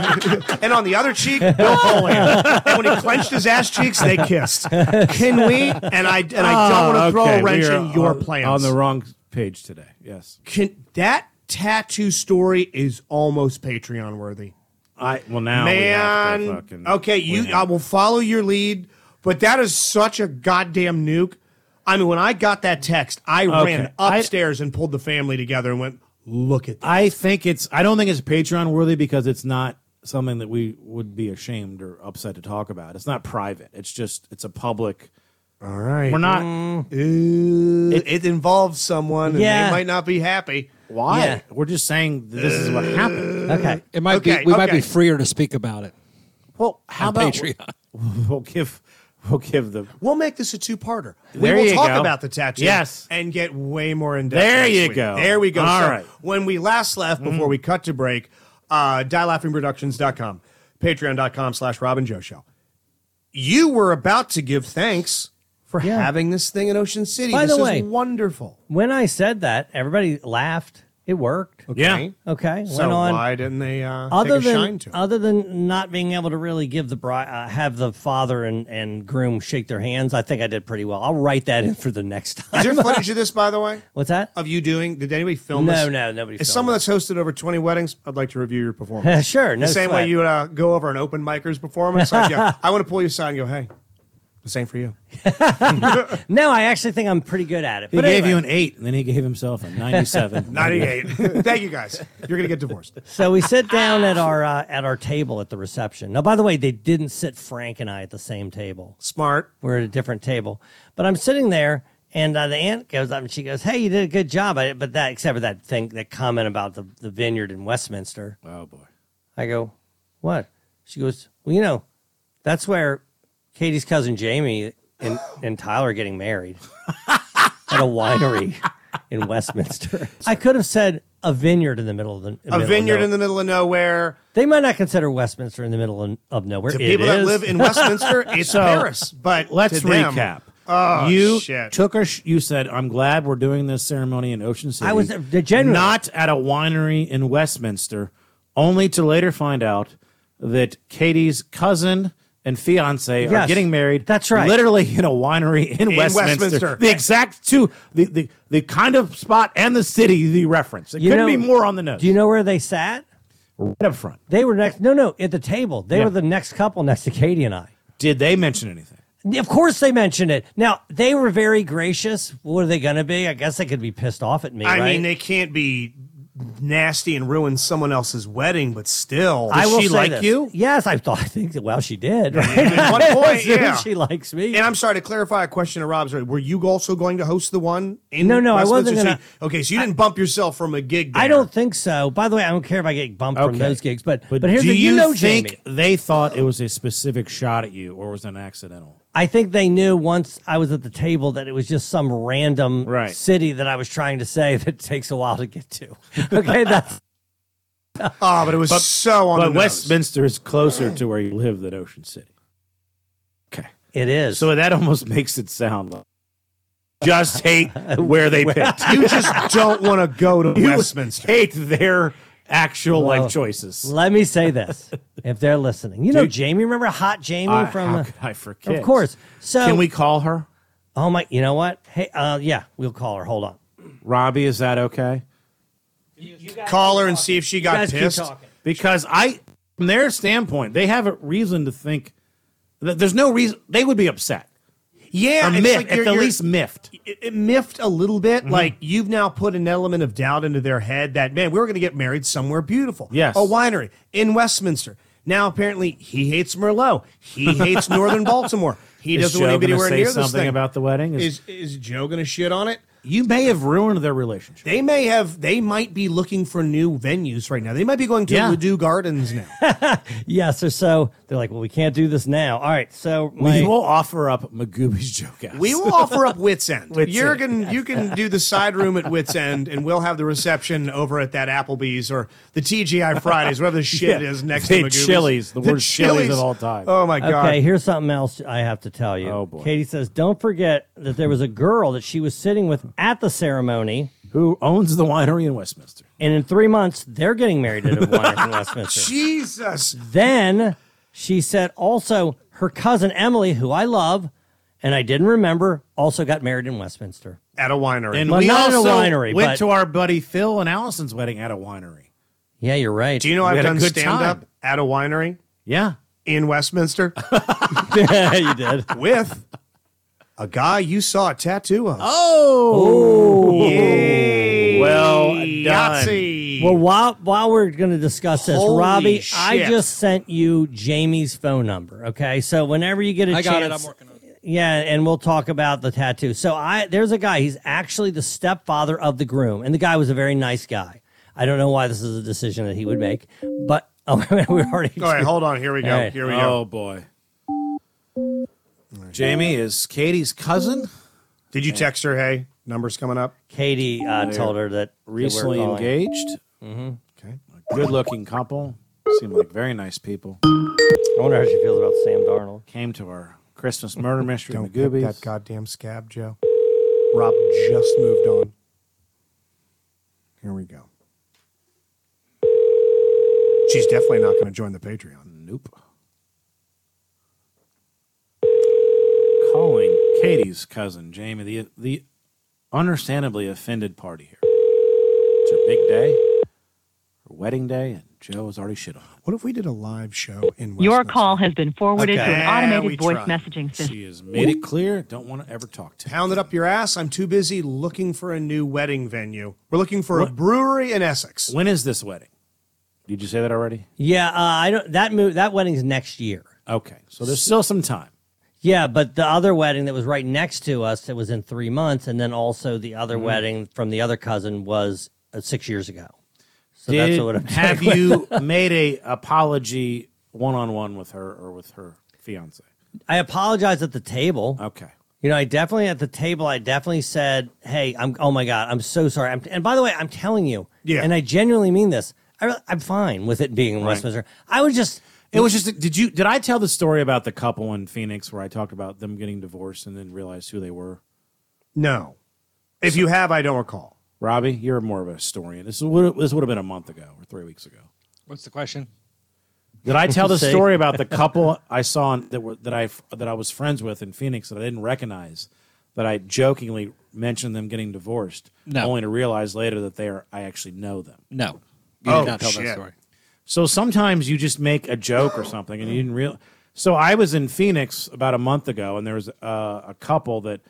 Speaker 11: want to be. *laughs* And on the other cheek,
Speaker 10: *laughs*
Speaker 11: Bill Foley. And when he clenched his ass cheeks, they kissed. Can we? And I and I don't want to
Speaker 10: Oh,
Speaker 11: throw
Speaker 10: okay.
Speaker 11: a wrench
Speaker 10: We are
Speaker 11: in your
Speaker 10: on-
Speaker 11: plans.
Speaker 10: On the wrong page today. Yes.
Speaker 11: Can that tattoo story is almost Patreon worthy.
Speaker 10: I well now we have
Speaker 11: man.
Speaker 10: to fucking-
Speaker 11: okay, you. I will follow your lead, but that is such a goddamn nuke. I mean, when I got that text, I
Speaker 10: Okay.
Speaker 11: ran upstairs and pulled the family together and went, "Look at." This.
Speaker 10: I think it's. I don't think it's Patreon worthy because it's not something that we would be ashamed or upset to talk about. It's not private. It's just. It's a public.
Speaker 11: All right,
Speaker 10: We're not.
Speaker 11: it, it involves someone, and
Speaker 10: Yeah.
Speaker 11: they might not be happy.
Speaker 10: Why? We're just saying that this is what happened.
Speaker 11: Okay.
Speaker 16: It might
Speaker 11: Okay,
Speaker 16: be we might
Speaker 11: okay.
Speaker 16: be freer to speak about it.
Speaker 10: Well, how
Speaker 16: on
Speaker 10: about
Speaker 16: Patreon?
Speaker 10: *laughs* We'll give. We'll give the.
Speaker 11: We'll make this a two-parter.
Speaker 10: There
Speaker 11: we will
Speaker 10: you
Speaker 11: talk
Speaker 10: go.
Speaker 11: about the tattoo,
Speaker 10: Yes.
Speaker 11: and get way more in depth.
Speaker 10: There
Speaker 11: next
Speaker 10: you
Speaker 11: week.
Speaker 10: go.
Speaker 11: There we go.
Speaker 10: All
Speaker 11: So
Speaker 10: right.
Speaker 11: When we last left,
Speaker 9: Mm-hmm.
Speaker 11: before we cut to break, uh, dielaughingproductions.com, patreon.com slash Robin Joe Show. You were about to give thanks for having this thing in Ocean City.
Speaker 9: By
Speaker 11: This
Speaker 9: the
Speaker 11: is
Speaker 9: way,
Speaker 11: wonderful.
Speaker 9: When I said that, everybody laughed. It worked.
Speaker 11: Okay. Yeah.
Speaker 9: Okay.
Speaker 11: So
Speaker 9: Went on.
Speaker 11: why didn't they uh,
Speaker 9: other
Speaker 11: take a
Speaker 9: than
Speaker 11: shine to it?
Speaker 9: other than not being able to really give the bride, uh, have the father and, and groom shake their hands, I think I did pretty well. I'll write that in for the next time.
Speaker 11: Is there footage of this, by the way?
Speaker 9: *laughs* What's that? *laughs*
Speaker 11: Of you doing? Did anybody film
Speaker 9: No,
Speaker 11: this?
Speaker 9: no, nobody
Speaker 11: As
Speaker 9: filmed
Speaker 11: someone that's hosted over 20 weddings, I'd like to review
Speaker 9: *laughs*
Speaker 11: your performance.
Speaker 9: Sure, no
Speaker 11: The same
Speaker 9: sweat.
Speaker 11: way you would uh, go over an open micer's performance. Like,
Speaker 9: *laughs*
Speaker 11: yeah, I want to pull you aside and go, hey, the same for you.
Speaker 9: no, I actually think I'm pretty good at it.
Speaker 10: He
Speaker 9: but
Speaker 10: gave
Speaker 9: anyway.
Speaker 10: you an eight, and then he gave himself a *laughs* ninety-seven.
Speaker 11: 98. *laughs* Thank you guys. You're going to get divorced.
Speaker 9: So we sit down at our uh, at our table at the reception. Now, by the way, they didn't sit Frank and I at the same table.
Speaker 11: Smart.
Speaker 9: We're at a different table, but I'm sitting there, and uh, the aunt goes up and she goes, "Hey, you did a good job." I, but that except for that thing, that comment about the the vineyard in Westminster.
Speaker 10: Oh boy.
Speaker 9: I go, "What?" She goes, "Well, you know, that's where Katie's cousin Jamie and and Tyler are getting married *laughs* at a winery in
Speaker 11: *laughs*
Speaker 9: Westminster." I could have said a vineyard in the middle of the
Speaker 11: A vineyard in the middle of nowhere.
Speaker 9: they might not consider Westminster in the middle of- of nowhere.
Speaker 11: To
Speaker 9: It
Speaker 11: people that
Speaker 9: is.
Speaker 11: live in
Speaker 9: *laughs*
Speaker 11: Westminster, it's
Speaker 10: So,
Speaker 11: Paris. But
Speaker 10: Let's
Speaker 11: to them-
Speaker 10: recap.
Speaker 11: Oh,
Speaker 10: you
Speaker 11: shit.
Speaker 10: took a. Sh- you said, "I'm glad we're doing this ceremony in Ocean City."
Speaker 9: I was, uh, genuinely-
Speaker 10: not at a winery in Westminster, only to later find out that Katie's cousin and fiance are
Speaker 9: Yes.
Speaker 10: getting married.
Speaker 9: That's right.
Speaker 10: Literally in a winery in,
Speaker 9: In
Speaker 10: Westminster.
Speaker 9: Westminster.
Speaker 10: The exact two, the, the the kind of spot and the city, the reference. It
Speaker 9: You
Speaker 10: couldn't
Speaker 9: know-
Speaker 10: be more on the nose.
Speaker 9: Do you know where they sat?
Speaker 10: Right up front.
Speaker 9: They were next. No, no, at the table. They
Speaker 10: Yeah.
Speaker 9: were the next couple next to Katie and I.
Speaker 10: Did they mention anything?
Speaker 9: Of course, they mentioned it. Now they were very gracious. What are they going to be? I guess they could be pissed off at me.
Speaker 11: I
Speaker 9: right?
Speaker 11: mean, they can't be nasty and ruin someone else's wedding, but still,
Speaker 9: I
Speaker 11: does
Speaker 9: will
Speaker 11: she
Speaker 9: say
Speaker 11: like
Speaker 9: this.
Speaker 11: you?
Speaker 9: Yes, I thought. *laughs* I think that. Well, she did. Right?
Speaker 11: At
Speaker 9: *laughs*
Speaker 11: one point,
Speaker 9: She-
Speaker 11: yeah.
Speaker 9: she likes me.
Speaker 11: And I'm sorry to clarify a question to Rob's. Were you also going to host the one? In
Speaker 9: No, no, I wasn't
Speaker 11: Westminster? So
Speaker 9: gonna-
Speaker 11: you- okay, so you didn't bump yourself from a gig.
Speaker 9: I don't think so. By the way, I don't care if I get bumped from
Speaker 10: Okay.
Speaker 9: those gigs, but but, here's
Speaker 10: do
Speaker 9: the you,
Speaker 10: you
Speaker 9: know
Speaker 10: think
Speaker 9: Jamie.
Speaker 10: they thought it was a specific shot at you, or was it an accidental?
Speaker 9: I think they knew once I was at the table that it was just some random city that I was trying to say *laughs* that takes a while to get to. Okay, that's
Speaker 11: Oh, but it was so on
Speaker 10: But
Speaker 11: the nose.
Speaker 10: Westminster is closer to where you live than Ocean City.
Speaker 9: It is.
Speaker 10: So that almost makes it sound like just hate
Speaker 11: *laughs*
Speaker 10: where they picked.
Speaker 11: You just don't want to go
Speaker 10: *laughs*
Speaker 11: to Westminster.
Speaker 10: Hate their actual
Speaker 9: Well,
Speaker 10: life choices.
Speaker 9: Let me say this: if they're listening, you know Jamie. Remember Hot Jamie
Speaker 10: I-
Speaker 9: from?
Speaker 10: how
Speaker 9: uh,
Speaker 10: could I forget?
Speaker 9: Of course. So
Speaker 10: Can we call her?
Speaker 9: Oh my! You know what? Hey, uh, yeah, we'll call her. Hold on.
Speaker 10: Robbie, is that okay?
Speaker 11: Call her and see if she got
Speaker 10: guys keep
Speaker 11: pissed.
Speaker 10: talking. Because I, from their standpoint, they have a reason to think that there's no reason they would be upset.
Speaker 11: Yeah,
Speaker 10: Or
Speaker 11: it's
Speaker 10: miffed,
Speaker 11: like
Speaker 10: at
Speaker 11: you're-
Speaker 10: the
Speaker 11: you're-
Speaker 10: least miffed.
Speaker 11: It, it miffed a little bit.
Speaker 10: Mhm.
Speaker 11: Like you've now put an element of doubt into their head that man, we were going to get married somewhere beautiful.
Speaker 10: Yes.
Speaker 11: a winery in Westminster. Now apparently he hates Merlot.
Speaker 10: *laughs*
Speaker 11: He hates Northern Baltimore. He
Speaker 10: Is
Speaker 11: doesn't want
Speaker 10: Joe
Speaker 11: to be
Speaker 10: gonna
Speaker 11: anywhere
Speaker 10: say
Speaker 11: near this
Speaker 10: something
Speaker 11: thing.
Speaker 10: about the wedding.
Speaker 11: Is is Joe going to shit on it?
Speaker 10: You may have ruined their relationship.
Speaker 11: They may have. They might be looking for new venues right now. They might be going to
Speaker 9: Yeah.
Speaker 11: Ledoux Gardens now.
Speaker 9: Yeah. So so they're like, well, we can't do this now. All right. So my,
Speaker 10: we will offer up Magoo's joke out.
Speaker 11: We
Speaker 10: *laughs*
Speaker 11: will offer up Wits End.
Speaker 10: Wits
Speaker 11: You're
Speaker 10: End,
Speaker 11: gonna- you can do the side room at Wits End, and we'll have the reception over at that Applebee's or the TGI Fridays, whatever the shit
Speaker 10: *laughs* Yeah.
Speaker 11: is next
Speaker 10: The
Speaker 11: to Magoo's.
Speaker 10: Chili's, the worst Chili's of all time.
Speaker 11: Oh my god!
Speaker 9: Okay, here's something else I have to tell you. Oh boy. Katie says, don't forget that there was a girl that she was sitting with at the ceremony
Speaker 10: who owns the winery in Westminster.
Speaker 9: And in three months, they're getting married
Speaker 11: *laughs*
Speaker 9: at a winery in Westminster.
Speaker 11: Jesus.
Speaker 9: Then she said also her cousin Emily, who I love, and I didn't remember, also got married in Westminster.
Speaker 11: At a winery.
Speaker 10: And
Speaker 9: Well,
Speaker 10: we
Speaker 9: not at a
Speaker 10: also
Speaker 9: winery,
Speaker 10: went
Speaker 9: but-
Speaker 10: to our buddy Phil and Allison's wedding at a winery.
Speaker 9: Yeah, you're right.
Speaker 11: Do you know
Speaker 10: We
Speaker 11: I've
Speaker 10: had a
Speaker 11: done
Speaker 10: good
Speaker 11: stand up
Speaker 10: time.
Speaker 11: at a winery?
Speaker 10: Yeah.
Speaker 11: In Westminster?
Speaker 9: *laughs* yeah, you did.
Speaker 11: With a guy you saw a tattoo of.
Speaker 10: Oh,
Speaker 11: Yay.
Speaker 10: well done.
Speaker 11: Yahtzee.
Speaker 9: Well, while while we're going to discuss this,
Speaker 11: Holy
Speaker 9: Robbie, I
Speaker 11: shit.
Speaker 9: just sent you Jamie's phone number. Okay, so whenever you get a
Speaker 1: I
Speaker 9: chance,
Speaker 1: got it. I'm working on it.
Speaker 9: Yeah, and we'll talk about the tattoo. So I there's a guy, he's actually the stepfather of the groom, and the guy was a very nice guy. I don't know why this is a decision that he would make, but *laughs* oh, we already
Speaker 11: All right, hold on. Here we go.
Speaker 9: All right.
Speaker 11: Here we go.
Speaker 10: Oh boy. Jamie is Katie's cousin.
Speaker 11: Did you text her, hey? Numbers coming up.
Speaker 9: Katie uh, told her that that we're
Speaker 10: Recently
Speaker 9: calling.
Speaker 10: engaged.
Speaker 9: Mhm.
Speaker 10: Good looking couple. Seem like very nice people.
Speaker 9: I wonder how she feels about Sam Darnold.
Speaker 10: Came to our Christmas murder mystery
Speaker 11: Don't
Speaker 10: Don't
Speaker 11: pick
Speaker 10: Magoobies.
Speaker 11: that goddamn scab, Joe. Rob just moved on. Here we go. She's definitely not going to join the Patreon.
Speaker 10: Nope. Calling Katie's cousin Jamie, the the understandably offended party here. It's her big day, her wedding day, and Joe was already shit on. it.
Speaker 11: What if we did a live show in
Speaker 5: Your call has been forwarded to
Speaker 10: Okay.
Speaker 5: an
Speaker 10: Yeah, we
Speaker 5: automated voice
Speaker 10: tried.
Speaker 5: messaging system.
Speaker 10: She has made it clear. Don't want to ever talk to.
Speaker 11: Pound it up your ass. I'm too busy looking for a new wedding venue. We're looking for a
Speaker 10: What-
Speaker 11: brewery in Essex.
Speaker 10: When is this wedding? Did you say that already?
Speaker 9: Yeah, uh, I don't that move that wedding's next year.
Speaker 10: Okay, so there's still some time.
Speaker 9: Yeah, but the other wedding that was right next to us that was in three months, and then also the other wedding from the other cousin was uh, six years ago. So that's
Speaker 10: Did-
Speaker 9: what I'm *laughs*
Speaker 10: have
Speaker 9: saying.
Speaker 10: you made a apology one on one with her or with her fiance?
Speaker 9: I apologize at the table.
Speaker 10: Okay.
Speaker 9: You know, I definitely at the table. I definitely said, "Hey, I'm. Oh my god, I'm so sorry." I'm, and by the way, I'm telling you,
Speaker 10: Yeah.
Speaker 9: and I genuinely mean this. I, re- I'm fine with it being in Westminster. I was just.
Speaker 10: It was just. Did you? Did I tell the story about the couple in Phoenix where I talked about them getting divorced and then realized who they were?
Speaker 11: No. If you have, I don't recall.
Speaker 10: Robbie, you're more of a historian. This would this would have been a month ago or three weeks ago.
Speaker 1: What's the question?
Speaker 10: Did I
Speaker 9: *laughs*
Speaker 10: tell the
Speaker 1: See?
Speaker 10: story about the couple I saw in, that were that I that I was friends with in Phoenix that I didn't recognize? That I jokingly mentioned them getting divorced,
Speaker 1: No.
Speaker 10: only to realize later that they are I actually know them.
Speaker 1: No. You
Speaker 10: Oh,
Speaker 1: did not tell
Speaker 10: shit.
Speaker 1: that story.
Speaker 10: So sometimes you just make a joke or something and you didn't real. So I was in Phoenix about a month ago, and there was uh, a couple that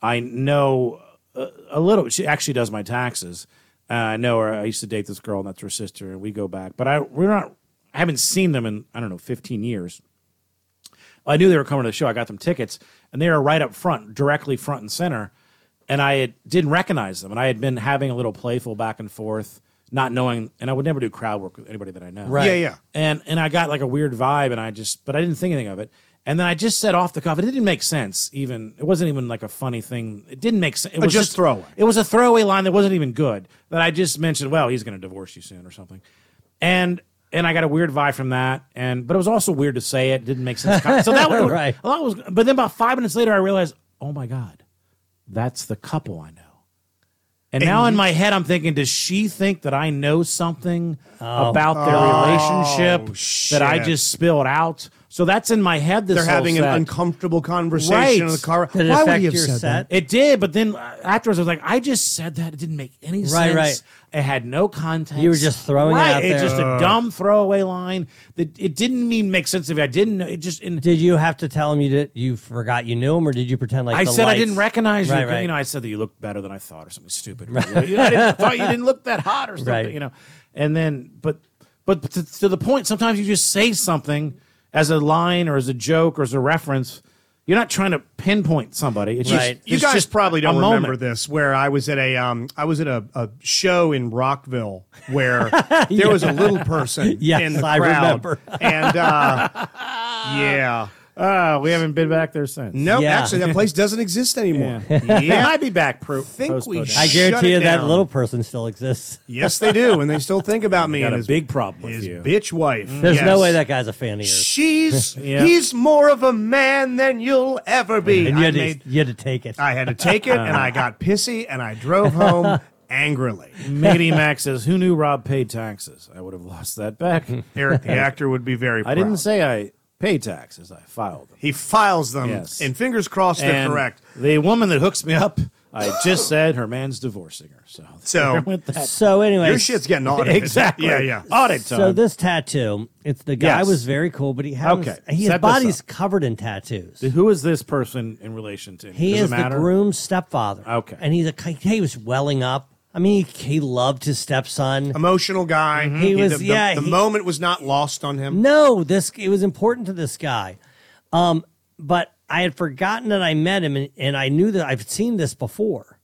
Speaker 10: I know a, a little. She actually does my taxes, Uh, I know her. I used to date this girl, and that's her sister, and we go back. But I we're not. I haven't seen them in I don't know fifteen years. I knew they were coming to the show. I got them tickets, and they were right up front, directly front and center. And I had, didn't recognize them, and I had been having a little playful back and forth, not knowing. And I would never do crowd work with anybody that I know.
Speaker 11: Right. Yeah, yeah.
Speaker 10: And and I got like a weird vibe, and I just, but I didn't think anything of it. And then I just said off the cuff, and it didn't make sense. Even it wasn't even like a funny thing. It didn't make sense. It
Speaker 11: Uh,
Speaker 10: was
Speaker 11: just throwaway.
Speaker 10: It was a throwaway line that wasn't even good. That I just mentioned. Well, he's going to divorce you soon or something. And and I got a weird vibe from that. And but it was also weird to say it. Didn't make
Speaker 11: *laughs*
Speaker 10: sense. So that was
Speaker 9: Right.
Speaker 10: a lot was. But then about five minutes later, I realized, oh my god, that's the couple I know. And,
Speaker 9: And
Speaker 10: now in
Speaker 9: you-
Speaker 10: my head, I'm thinking, does she think that I know something
Speaker 9: Oh.
Speaker 10: about their
Speaker 11: Oh,
Speaker 10: relationship that I
Speaker 11: shit.
Speaker 10: just spilled out? So that's in my head. This
Speaker 11: They're
Speaker 10: whole
Speaker 11: having
Speaker 10: set.
Speaker 11: an uncomfortable conversation
Speaker 10: Right.
Speaker 11: in the car. Why would he have said that?
Speaker 10: It did, but then uh, afterwards I was like, I just said that. It didn't make any
Speaker 9: Right,
Speaker 10: sense.
Speaker 9: right.
Speaker 10: It had no context.
Speaker 9: You were just throwing it
Speaker 10: right.
Speaker 9: out
Speaker 10: It's
Speaker 9: there.
Speaker 10: just a
Speaker 9: Ugh.
Speaker 10: dumb throwaway line. That it didn't mean make sense if I didn't. know. It just in,
Speaker 9: Did you have to tell him you did you forgot you knew him, or did you pretend like
Speaker 10: I
Speaker 9: the
Speaker 10: said I
Speaker 9: lights-
Speaker 10: didn't recognize you.
Speaker 9: Right,
Speaker 10: You
Speaker 9: right.
Speaker 10: know, I said that you looked better than I thought, or something stupid.
Speaker 9: Right.
Speaker 10: You know, I didn't, I thought you didn't look that hot, or something.
Speaker 9: Right.
Speaker 10: You know, and then, but, but to, to the point, sometimes you just say something as a line, or as a joke, or as a reference. You're not trying to pinpoint somebody. It's
Speaker 11: Just-
Speaker 10: just
Speaker 11: you
Speaker 10: it's
Speaker 11: guys
Speaker 10: just
Speaker 11: probably don't
Speaker 10: a
Speaker 11: remember
Speaker 10: moment.
Speaker 11: this. Where I was at a um, I was at a, a show in Rockville where there was a little person
Speaker 10: Yes,
Speaker 11: in the
Speaker 10: I
Speaker 11: crowd,
Speaker 10: remember.
Speaker 11: and uh, yeah,
Speaker 10: Uh, we haven't been back there since.
Speaker 11: no, actually that place doesn't exist anymore. *laughs* Yeah,
Speaker 10: They might be back. Pro-
Speaker 11: think we.
Speaker 9: I
Speaker 11: shut
Speaker 9: guarantee
Speaker 11: it
Speaker 9: you that
Speaker 11: down.
Speaker 9: little person still exists.
Speaker 11: Yes, they do, and they still think about me.
Speaker 10: Got
Speaker 11: and
Speaker 10: a
Speaker 11: his,
Speaker 10: big problem with
Speaker 11: his
Speaker 10: you.
Speaker 11: bitch wife.
Speaker 9: Mm. There's no
Speaker 11: Yes.
Speaker 9: way that guy's a fan of yours.
Speaker 11: She's
Speaker 9: Yeah.
Speaker 11: he's more of a man than you'll ever be.
Speaker 9: And you
Speaker 11: I
Speaker 9: had,
Speaker 11: made-
Speaker 9: to, you had to take it.
Speaker 11: I had to take it, and I got pissy, and I drove home angrily.
Speaker 10: Matey Max says, "Who knew Rob paid taxes? I would have lost
Speaker 11: *laughs*
Speaker 10: that back."
Speaker 11: Eric, the actor, would be very. Proud.
Speaker 10: I didn't say I pay taxes. I filed them.
Speaker 11: He files them,
Speaker 10: Yes.
Speaker 11: and fingers crossed they're
Speaker 10: And *laughs*
Speaker 11: correct.
Speaker 10: The woman that hooks me up, I just said her man's divorcing her. So,
Speaker 11: So-
Speaker 10: there went that.
Speaker 9: So anyway,
Speaker 11: Your shit's getting
Speaker 9: *laughs*
Speaker 11: audited.
Speaker 10: Exactly.
Speaker 11: Yeah, yeah. Oh,
Speaker 10: Audit time.
Speaker 9: So this tattoo, it's the guy
Speaker 10: Yes.
Speaker 9: was very cool, but he had
Speaker 10: Okay,
Speaker 9: he,
Speaker 10: set
Speaker 9: his
Speaker 10: this
Speaker 9: body's covered in tattoos.
Speaker 10: Who is this person in relation to?
Speaker 9: He
Speaker 10: Does it
Speaker 9: is the
Speaker 10: matter?
Speaker 9: groom's stepfather.
Speaker 10: Okay.
Speaker 9: and he's a he was welling up. I mean, he, he loved his stepson.
Speaker 11: Emotional guy.
Speaker 9: He was-
Speaker 11: the, the-
Speaker 9: yeah,
Speaker 11: The
Speaker 9: he-
Speaker 11: moment was not lost on him.
Speaker 9: No, this it was important to this guy. Um, but I had forgotten that I met him and, and I knew that I've seen this before.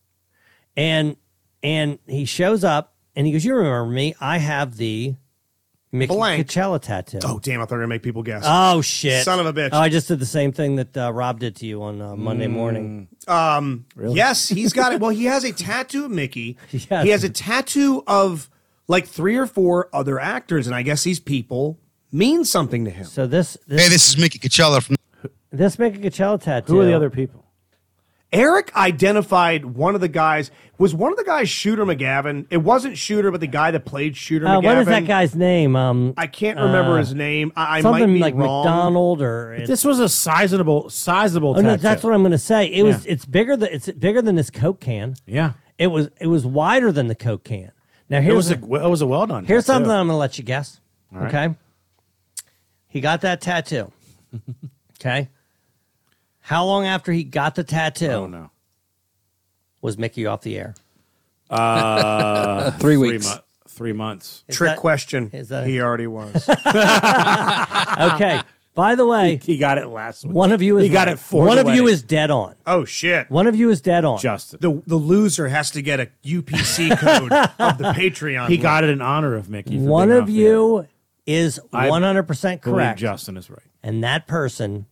Speaker 9: And and he shows up and he goes, You remember me? I have the Mickey
Speaker 11: Blank.
Speaker 9: Coachella tattoo.
Speaker 11: Oh damn! I thought we were gonna make people guess.
Speaker 9: Oh, shit.
Speaker 11: Son of a bitch. Mm.
Speaker 9: Oh, I just did the same thing that uh, Rob did to you on uh, Monday morning.
Speaker 11: Um, Yes, he's got it. Well, he has a tattoo of Mickey.
Speaker 9: Yes.
Speaker 11: He has a tattoo of like three or four other actors, and I guess these people mean something to him.
Speaker 9: So this, this
Speaker 14: Hey, this is Mickey Coachella from.
Speaker 9: this Mickey Coachella tattoo.
Speaker 10: Who are the other people?
Speaker 11: Eric identified one of the guys. Was one of the guys Shooter McGavin? It wasn't Shooter, but the guy that played Shooter
Speaker 9: Uh,
Speaker 11: McGavin.
Speaker 9: what is that guy's name? Um,
Speaker 11: I can't remember
Speaker 9: uh,
Speaker 11: his name. I, I might
Speaker 9: something
Speaker 11: be
Speaker 9: like
Speaker 11: wrong.
Speaker 9: McDonald or it's-
Speaker 10: This was a sizable, sizable.
Speaker 9: Oh no,
Speaker 10: tattoo.
Speaker 9: that's what I'm going to say. It was it's bigger than it's bigger than this Coke can.
Speaker 10: Yeah.
Speaker 9: It was it was wider than the Coke can. Now
Speaker 10: It
Speaker 9: here's
Speaker 10: was a,
Speaker 9: a,
Speaker 10: it was a well done.
Speaker 9: here's
Speaker 10: tattoo.
Speaker 9: something I'm going to let you guess.
Speaker 10: All right.
Speaker 9: Okay. He got
Speaker 10: *laughs*
Speaker 9: that tattoo. okay. How long after he got the tattoo? Oh
Speaker 10: no.
Speaker 9: Was Mickey off the air?
Speaker 10: Uh,
Speaker 1: Three weeks.
Speaker 10: mu- three months.
Speaker 9: Is
Speaker 11: Trick
Speaker 9: that-
Speaker 11: question.
Speaker 9: is that-
Speaker 11: he already
Speaker 9: *laughs*
Speaker 11: was.
Speaker 9: Okay. By the way,
Speaker 10: *laughs* He got it last week.
Speaker 9: one of you is
Speaker 10: He got
Speaker 9: right.
Speaker 10: it for
Speaker 9: one
Speaker 10: the
Speaker 9: of you
Speaker 10: wedding.
Speaker 9: is dead on.
Speaker 11: oh shit!
Speaker 9: One of you is dead on.
Speaker 10: Justin.
Speaker 11: The the loser has to get a
Speaker 9: *laughs*
Speaker 11: UPC code of the Patreon.
Speaker 10: He got it in honor of Mickey. for
Speaker 9: One
Speaker 10: being
Speaker 9: of
Speaker 10: off the air.
Speaker 9: you is
Speaker 10: I
Speaker 9: 100%
Speaker 10: Believe
Speaker 9: correct.
Speaker 10: Justin is right.
Speaker 9: and that person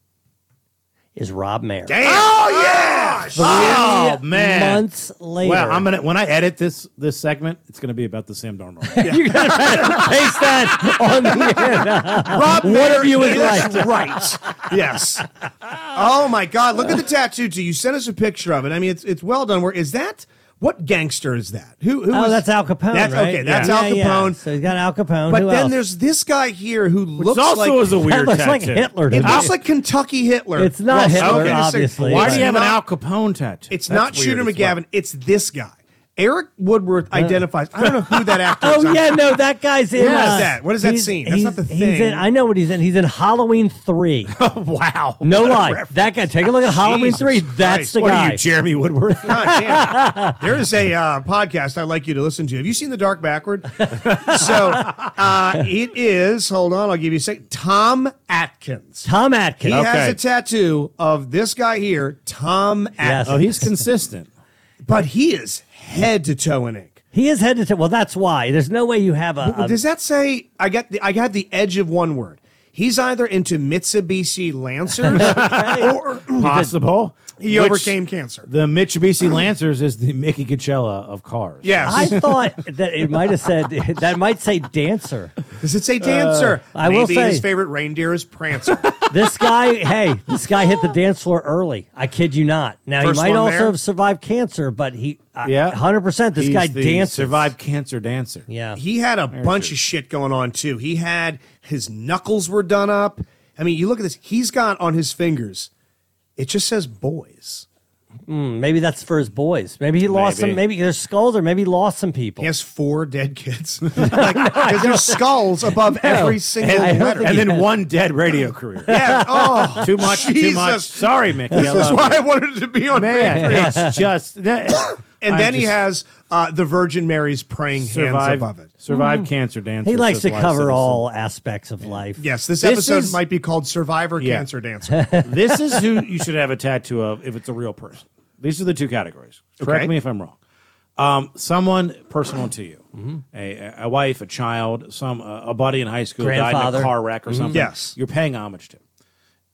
Speaker 9: is Rob Mayer.
Speaker 11: Damn. Oh yeah!
Speaker 9: Three
Speaker 10: Oh, man.
Speaker 9: months later.
Speaker 10: Well, I'm
Speaker 9: *laughs*
Speaker 10: gonna when I edit this this segment, it's gonna be about the Sam Darnold.
Speaker 9: You're gonna paste that
Speaker 11: *laughs*
Speaker 9: on the end. Rob, one of you is
Speaker 11: That's
Speaker 9: right.
Speaker 11: right. Yes. Oh my God! Look at the tattoo too. You sent us a picture of it. I mean, it's it's well done. Where is that? What gangster is that? Who? who
Speaker 9: Oh,
Speaker 11: is-
Speaker 9: that's Al Capone.
Speaker 11: That's
Speaker 9: right?
Speaker 11: okay. That's
Speaker 9: Yeah.
Speaker 11: Al
Speaker 9: Yeah, yeah.
Speaker 11: Capone.
Speaker 9: So he's got Al Capone.
Speaker 11: But
Speaker 9: Oh, Who
Speaker 11: then
Speaker 9: else? *laughs*
Speaker 11: there's this guy here who looks
Speaker 10: Which also
Speaker 11: like
Speaker 10: is a weird
Speaker 9: that looks
Speaker 10: tattoo.
Speaker 9: like Hitler to
Speaker 11: it
Speaker 9: me.
Speaker 11: looks like Kentucky Hitler.
Speaker 9: It's not
Speaker 11: okay,
Speaker 9: Hitler,
Speaker 11: it's a-
Speaker 9: obviously.
Speaker 10: Why
Speaker 9: It's
Speaker 10: do you have an
Speaker 11: not-
Speaker 10: Al Capone tattoo?
Speaker 11: It's
Speaker 10: That's
Speaker 11: not
Speaker 10: weird
Speaker 11: Shooter
Speaker 10: as well.
Speaker 11: McGavin. It's this guy. Eric Woodworth identifies. I don't know who
Speaker 9: *laughs*
Speaker 11: that actor is.
Speaker 9: Oh,
Speaker 11: *laughs*
Speaker 9: yeah, no, that guy's in.
Speaker 11: What is
Speaker 9: uh,
Speaker 11: that? What is that
Speaker 9: he's-
Speaker 11: scene? That's not
Speaker 9: he's-
Speaker 11: the
Speaker 9: He's
Speaker 11: thing.
Speaker 9: in, I know what he's in. He's in Halloween 3.
Speaker 11: Oh, wow. *laughs*
Speaker 9: No
Speaker 11: What a
Speaker 9: lie.
Speaker 11: reference.
Speaker 9: That guy, take a look at Halloween
Speaker 11: Jesus
Speaker 9: 3. That's
Speaker 11: Christ.
Speaker 9: the
Speaker 11: What
Speaker 9: guy.
Speaker 11: are you, Jeremy Woodworth?
Speaker 9: *laughs*
Speaker 11: God damn. There is a uh, podcast I'd like you to listen to. Have you seen The Dark
Speaker 9: *laughs*
Speaker 11: Backward? so uh, it is, hold on, I'll give you a second. Tom Atkins.
Speaker 9: Tom Atkins.
Speaker 11: He
Speaker 10: Okay.
Speaker 11: has a tattoo of this guy here, Tom Atkins.
Speaker 10: Oh, he's consistent.
Speaker 11: But he is head to toe in ink.
Speaker 9: He is head to toe. Well, that's why. There's no way you have a.
Speaker 11: Well,
Speaker 9: a-
Speaker 11: Does that say I got the I got the edge of one word? He's either into Mitsubishi
Speaker 9: *laughs*
Speaker 11: Lancers or
Speaker 10: Possible.
Speaker 11: he
Speaker 10: Which-
Speaker 11: overcame cancer.
Speaker 10: The Mitsubishi Lancers is the Mickey Coachella of cars.
Speaker 11: Yes.
Speaker 9: I thought that it might have said, *laughs* that might say dancer.
Speaker 11: Does it say dancer?
Speaker 9: Uh, I
Speaker 11: Maybe
Speaker 9: will say-
Speaker 11: his favorite reindeer is Prancer.
Speaker 9: this guy, hey, this guy hit the dance floor early. I kid you not. Now
Speaker 11: First
Speaker 9: he might
Speaker 11: one
Speaker 9: also
Speaker 11: there.
Speaker 9: have survived cancer, but he, uh,
Speaker 10: Yeah.
Speaker 9: hundred percent. This
Speaker 10: He's
Speaker 9: guy
Speaker 10: the
Speaker 9: dances.
Speaker 10: Survived cancer
Speaker 11: *laughs*
Speaker 10: dancer.
Speaker 9: *laughs* Yeah,
Speaker 11: he had a bunch of shit going on too. He had his knuckles were done up. I mean, you look at this. He's got on his fingers. It just says boys.
Speaker 9: Mm, maybe that's for his boys. Maybe he lost
Speaker 10: Maybe.
Speaker 9: some. Maybe there's skulls, or maybe he lost some people.
Speaker 11: He has four dead kids. *laughs*
Speaker 10: *laughs*
Speaker 11: like, 'cause there's skulls above every single
Speaker 9: I don't
Speaker 11: letter.
Speaker 9: think
Speaker 10: And then one dead radio *laughs* career.
Speaker 11: Yeah. Oh,
Speaker 10: too much. Too
Speaker 11: Jesus.
Speaker 10: much. Sorry, Mickey.
Speaker 11: This
Speaker 10: I
Speaker 11: is
Speaker 10: love
Speaker 11: why
Speaker 10: you.
Speaker 11: I wanted to be on
Speaker 10: Man,
Speaker 11: Patreon.
Speaker 10: it's just. That,
Speaker 11: *coughs* And
Speaker 10: I
Speaker 11: then he
Speaker 10: just
Speaker 11: has uh, the Virgin Mary's praying hands
Speaker 10: survived,
Speaker 11: above it.
Speaker 10: Survived cancer dancer.
Speaker 9: Mm-hmm. he likes
Speaker 10: says
Speaker 9: to
Speaker 10: Wise
Speaker 9: cover
Speaker 10: Citizen.
Speaker 9: all aspects of life.
Speaker 11: Yes, this,
Speaker 10: This
Speaker 11: episode
Speaker 10: is-
Speaker 11: might be called Survivor
Speaker 10: Yeah.
Speaker 11: Cancer
Speaker 10: *laughs*
Speaker 11: Dancer.
Speaker 10: this is who you should have a tattoo of if it's a real person. These are the two categories. Correct
Speaker 11: Okay.
Speaker 10: me if I'm wrong. Um, someone personal to you,
Speaker 9: Mm-hmm.
Speaker 10: a, a wife, a child, some a buddy in high school died in a
Speaker 9: Grandfather. Mm-hmm.
Speaker 10: car wreck or something.
Speaker 11: Yes.
Speaker 10: you're paying homage to,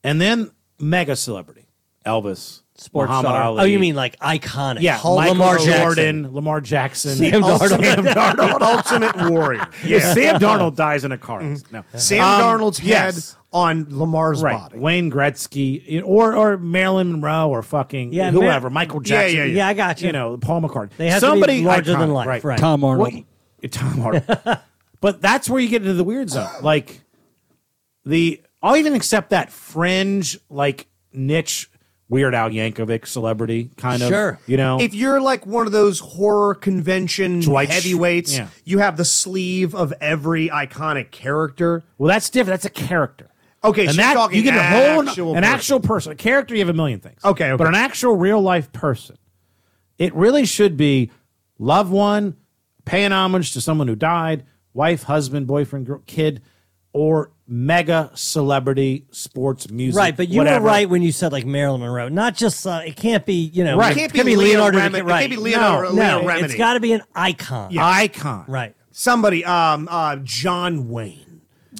Speaker 10: and then mega celebrity, Elvis,
Speaker 9: Sports
Speaker 10: Muhammad
Speaker 9: star.
Speaker 10: Ali.
Speaker 9: Oh, you mean like iconic?
Speaker 10: yeah,
Speaker 9: Hall-
Speaker 10: Michael
Speaker 9: Lamar Jackson.
Speaker 10: Jordan, Lamar Jackson,
Speaker 9: Sam Darnold.
Speaker 10: Sam Darnold,
Speaker 11: Ultimate Warrior.
Speaker 10: If Sam Darnold dies in a car.
Speaker 9: Mm-hmm.
Speaker 10: accident, No.
Speaker 11: Sam
Speaker 10: Um,
Speaker 11: Darnold's
Speaker 10: yes.
Speaker 11: head on Lamar's
Speaker 10: Right.
Speaker 11: body.
Speaker 10: Wayne Gretzky you know, or or Marilyn Monroe or fucking
Speaker 9: Yeah,
Speaker 10: whoever.
Speaker 9: Mar-
Speaker 10: Michael Jackson.
Speaker 11: yeah, yeah.
Speaker 9: Yeah, I got you.
Speaker 10: You know, Paul McCartney.
Speaker 9: They have to be
Speaker 10: Somebody
Speaker 9: larger than
Speaker 10: iconic,
Speaker 9: life, right.
Speaker 1: Tom Arnold.
Speaker 10: What- Tom Arnold. *laughs* but that's where you get into the weird zone. Like the I'll even accept that fringe, like niche Weird Al Yankovic celebrity kind of
Speaker 9: Sure.
Speaker 10: you know.
Speaker 11: If you're like one of those horror convention
Speaker 10: Dwight Sch-
Speaker 11: heavyweights,
Speaker 10: yeah.
Speaker 11: you have the sleeve of every iconic character.
Speaker 10: well that's different. That's a character.
Speaker 11: Okay,
Speaker 10: and
Speaker 11: so
Speaker 10: that
Speaker 11: you're talking
Speaker 10: you get a whole
Speaker 11: actual
Speaker 10: an
Speaker 11: person.
Speaker 10: actual person, a character. You have a million things.
Speaker 11: Okay, okay.
Speaker 10: but an actual real life person. It really should be loved one paying homage to someone who died, wife, husband, boyfriend, girl, kid, or mega celebrity, sports, music.
Speaker 9: Right, but you
Speaker 10: whatever.
Speaker 9: were right when you said like Marilyn Monroe. Not just uh, it can't be you know
Speaker 10: Right.
Speaker 9: It
Speaker 10: It
Speaker 9: can't
Speaker 10: can't
Speaker 9: be,
Speaker 11: Leo
Speaker 9: Leonardo.
Speaker 11: Rem-
Speaker 9: DiCaprio-
Speaker 11: it
Speaker 9: right.
Speaker 11: can't be Leonardo,
Speaker 9: no,
Speaker 11: Leonardo
Speaker 9: no,
Speaker 11: Remini.
Speaker 9: it's got to be an icon.
Speaker 10: Icon.
Speaker 9: Right.
Speaker 11: Somebody, um, uh, John Wayne.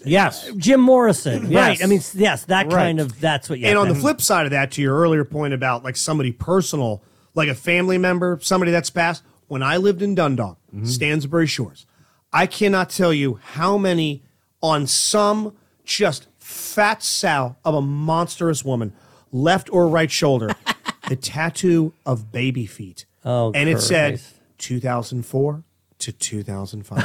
Speaker 10: Yes.
Speaker 9: Jim Morrison.
Speaker 10: Yes.
Speaker 9: Right. I mean, s- yes, that
Speaker 10: Right.
Speaker 9: kind of that's what. You
Speaker 11: and
Speaker 9: have
Speaker 11: on
Speaker 9: to
Speaker 11: the
Speaker 9: have.
Speaker 11: flip side of that, to your earlier point about like somebody personal, like a family member, somebody that's passed. When I lived in Dundalk,
Speaker 9: Mm-hmm.
Speaker 11: Stansbury Shores, I cannot tell you how many on some just fat sow of a monstrous woman, left or right
Speaker 9: *laughs*
Speaker 11: shoulder, the tattoo of baby feet.
Speaker 9: Oh,
Speaker 11: and it said
Speaker 9: Christ.
Speaker 11: 2004 to
Speaker 9: *laughs*
Speaker 11: 2005.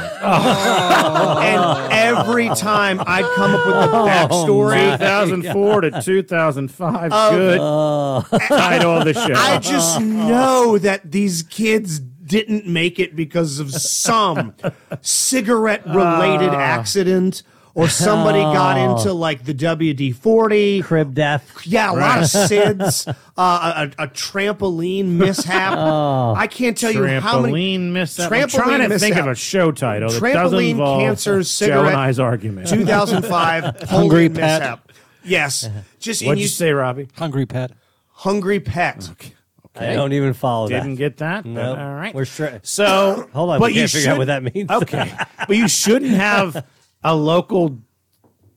Speaker 9: Oh.
Speaker 11: And every time I'd come up with the backstory,
Speaker 10: 2004 to 2005.
Speaker 9: Oh.
Speaker 10: Good
Speaker 9: Uh.
Speaker 10: title of
Speaker 9: *laughs*
Speaker 10: the show. *laughs*
Speaker 11: I just know that these kids didn't make it because of some cigarette related accident or somebody got into like the WD 40.
Speaker 9: crib death.
Speaker 11: Yeah, a lot of SIDS, uh, a, a trampoline mishap. I can't tell you how many.
Speaker 10: Trampoline mishap.
Speaker 11: Trampoline
Speaker 10: I'm trying to think
Speaker 11: mishap.
Speaker 10: of a show title that doesn't
Speaker 11: Trampoline
Speaker 10: involve *laughs*
Speaker 11: cancer,
Speaker 10: Joe
Speaker 11: cigarette,
Speaker 10: and I's argument.
Speaker 11: 2005
Speaker 1: Hungry
Speaker 11: Hungry
Speaker 1: Pet.
Speaker 11: mishap. Yes. Just and
Speaker 10: What'd
Speaker 11: you
Speaker 10: you say, Robbie?
Speaker 1: Hungry pet.
Speaker 11: Hungry Pet.
Speaker 9: I don't even follow
Speaker 10: Didn't
Speaker 9: that.
Speaker 10: get that?
Speaker 9: No.
Speaker 10: All right.
Speaker 9: We're sure.
Speaker 10: so
Speaker 9: *coughs* Hold on, we
Speaker 10: but
Speaker 9: can't
Speaker 10: you
Speaker 9: figure out what that
Speaker 10: shouldn't-
Speaker 9: means. *laughs*
Speaker 10: Okay, but you shouldn't have a local,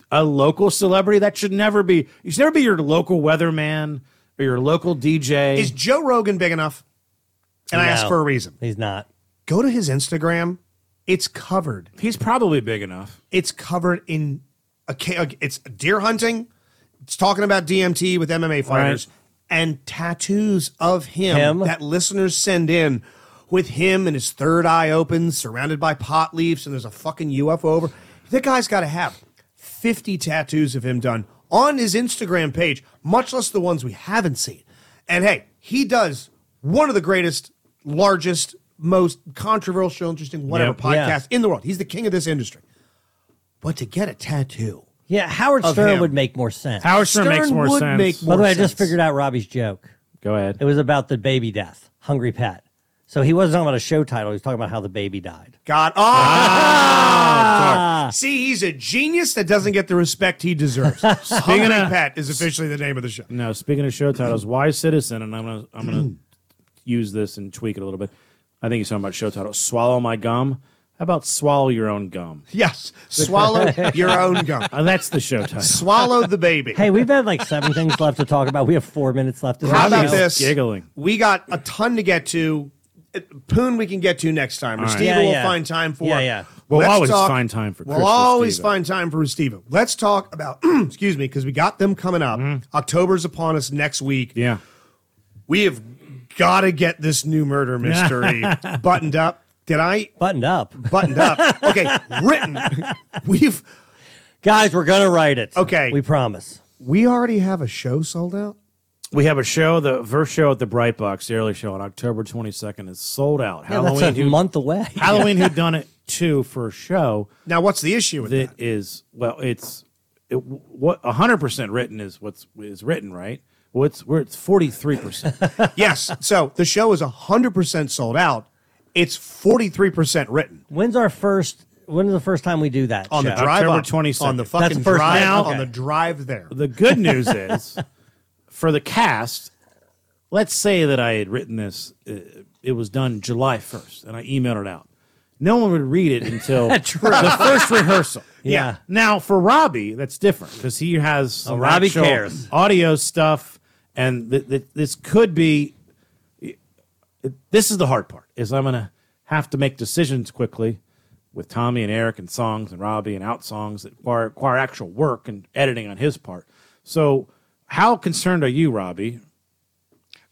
Speaker 10: a local celebrity. That should never be. You should never be your local weatherman or your local DJ.
Speaker 11: Is Joe Rogan big enough? And I ask
Speaker 9: No.
Speaker 11: for a reason.
Speaker 9: He's not.
Speaker 11: go to his Instagram. It's covered.
Speaker 10: He's probably big enough.
Speaker 11: It's covered in a ca- it's deer hunting. It's talking about DMT with MMA fighters and tattoos of him,
Speaker 9: Him?
Speaker 11: that listeners send in with him and his third eye open, surrounded by pot leaves, and there's a fucking UFO over. The guy's got to have 50 tattoos of him done on his Instagram page, much less the ones we haven't seen. And hey, he does one of the greatest, largest most controversial, interesting, whatever
Speaker 9: Yep. Yeah.
Speaker 11: podcast in the world. He's the king of this industry. But to get a tattoo,
Speaker 9: Yeah, Howard
Speaker 11: Of
Speaker 9: Stern
Speaker 11: him.
Speaker 9: would make more sense.
Speaker 11: Howard Stern Stern makes more would sense. make
Speaker 9: By the
Speaker 11: more
Speaker 9: way, I just
Speaker 11: sense.
Speaker 9: figured out Robbie's joke.
Speaker 10: Go ahead.
Speaker 9: It was about the baby death, Hungry Pet. So he wasn't talking about a show title. He was talking about how the baby died.
Speaker 11: God, oh, Ah, see, he's a genius that doesn't get the respect he
Speaker 9: *laughs*
Speaker 11: deserves. Speaking of Pat is officially the name of the show.
Speaker 10: Now, speaking of show titles, Wise Citizen, and I'm gonna I'm gonna *clears throat* use this and tweak it a little bit. I think he's talking about show title. Swallow my gum. How about swallow your own gum?
Speaker 11: Yes,
Speaker 9: *laughs*
Speaker 11: swallow your own gum.
Speaker 10: And that's the show title.
Speaker 11: Swallow the baby.
Speaker 9: Hey, we've had like seven things left to talk about. We have four minutes left.
Speaker 11: How about
Speaker 9: show.
Speaker 11: this?
Speaker 10: giggling.
Speaker 11: We got a ton to get to. Uh, Poon, we can get to next time.
Speaker 10: All right.
Speaker 11: Steve
Speaker 10: Yeah,
Speaker 11: will
Speaker 10: yeah.
Speaker 11: find time for.
Speaker 10: Yeah, yeah. We'll
Speaker 11: Let's
Speaker 10: always
Speaker 11: talk-
Speaker 10: find time for
Speaker 11: We'll
Speaker 10: Chris
Speaker 11: always
Speaker 10: Restivo.
Speaker 11: find time for Steve. Let's talk about. *clears throat* excuse me, because we got them coming up.
Speaker 10: Mm-hmm.
Speaker 11: October's upon us next week.
Speaker 10: Yeah,
Speaker 11: we have got to get this new murder
Speaker 10: *laughs*
Speaker 11: mystery buttoned up. Did I
Speaker 9: buttoned up?
Speaker 11: Buttoned up.
Speaker 10: *laughs*
Speaker 11: Okay, written. We've
Speaker 9: guys, we're gonna write it.
Speaker 11: Okay, we
Speaker 9: promise.
Speaker 11: We already have a show sold out.
Speaker 10: We have a show, the first show at the Bright Box, the early show on October 22nd. It's sold out.
Speaker 9: Yeah, that's a
Speaker 10: Who-
Speaker 9: month away.
Speaker 10: *laughs* Halloween Who Done It Two for a show.
Speaker 11: Now, what's the issue with
Speaker 10: that? Is well, it's it, what 100 percent written is what's is written, right? Well, it's we're it's 43 percent.
Speaker 11: yes. So the show is 100% sold out. It's 43% written.
Speaker 9: When's our first? When's the first time we do that?
Speaker 11: On the
Speaker 9: show?
Speaker 11: drive up, on the fucking
Speaker 9: That's the first
Speaker 11: drive
Speaker 9: time.
Speaker 11: on the drive there.
Speaker 10: The good news
Speaker 9: *laughs*
Speaker 10: is for the cast. Let's say that I had written this. uh, It was done July 1st, and I emailed it out. No one would read it until
Speaker 9: *laughs* True.
Speaker 10: the first rehearsal.
Speaker 9: Yeah.
Speaker 10: Now for Robbie, that's different because he has some
Speaker 9: Oh, Robbie
Speaker 10: actual
Speaker 9: cares.
Speaker 10: audio stuff, and th- th- this could be. it- This is the hard part. Is I'm gonna have to make decisions quickly with Tommy and Eric and songs and Robbie and out songs that require, require actual work and editing on his part. So, how concerned are you, Robbie?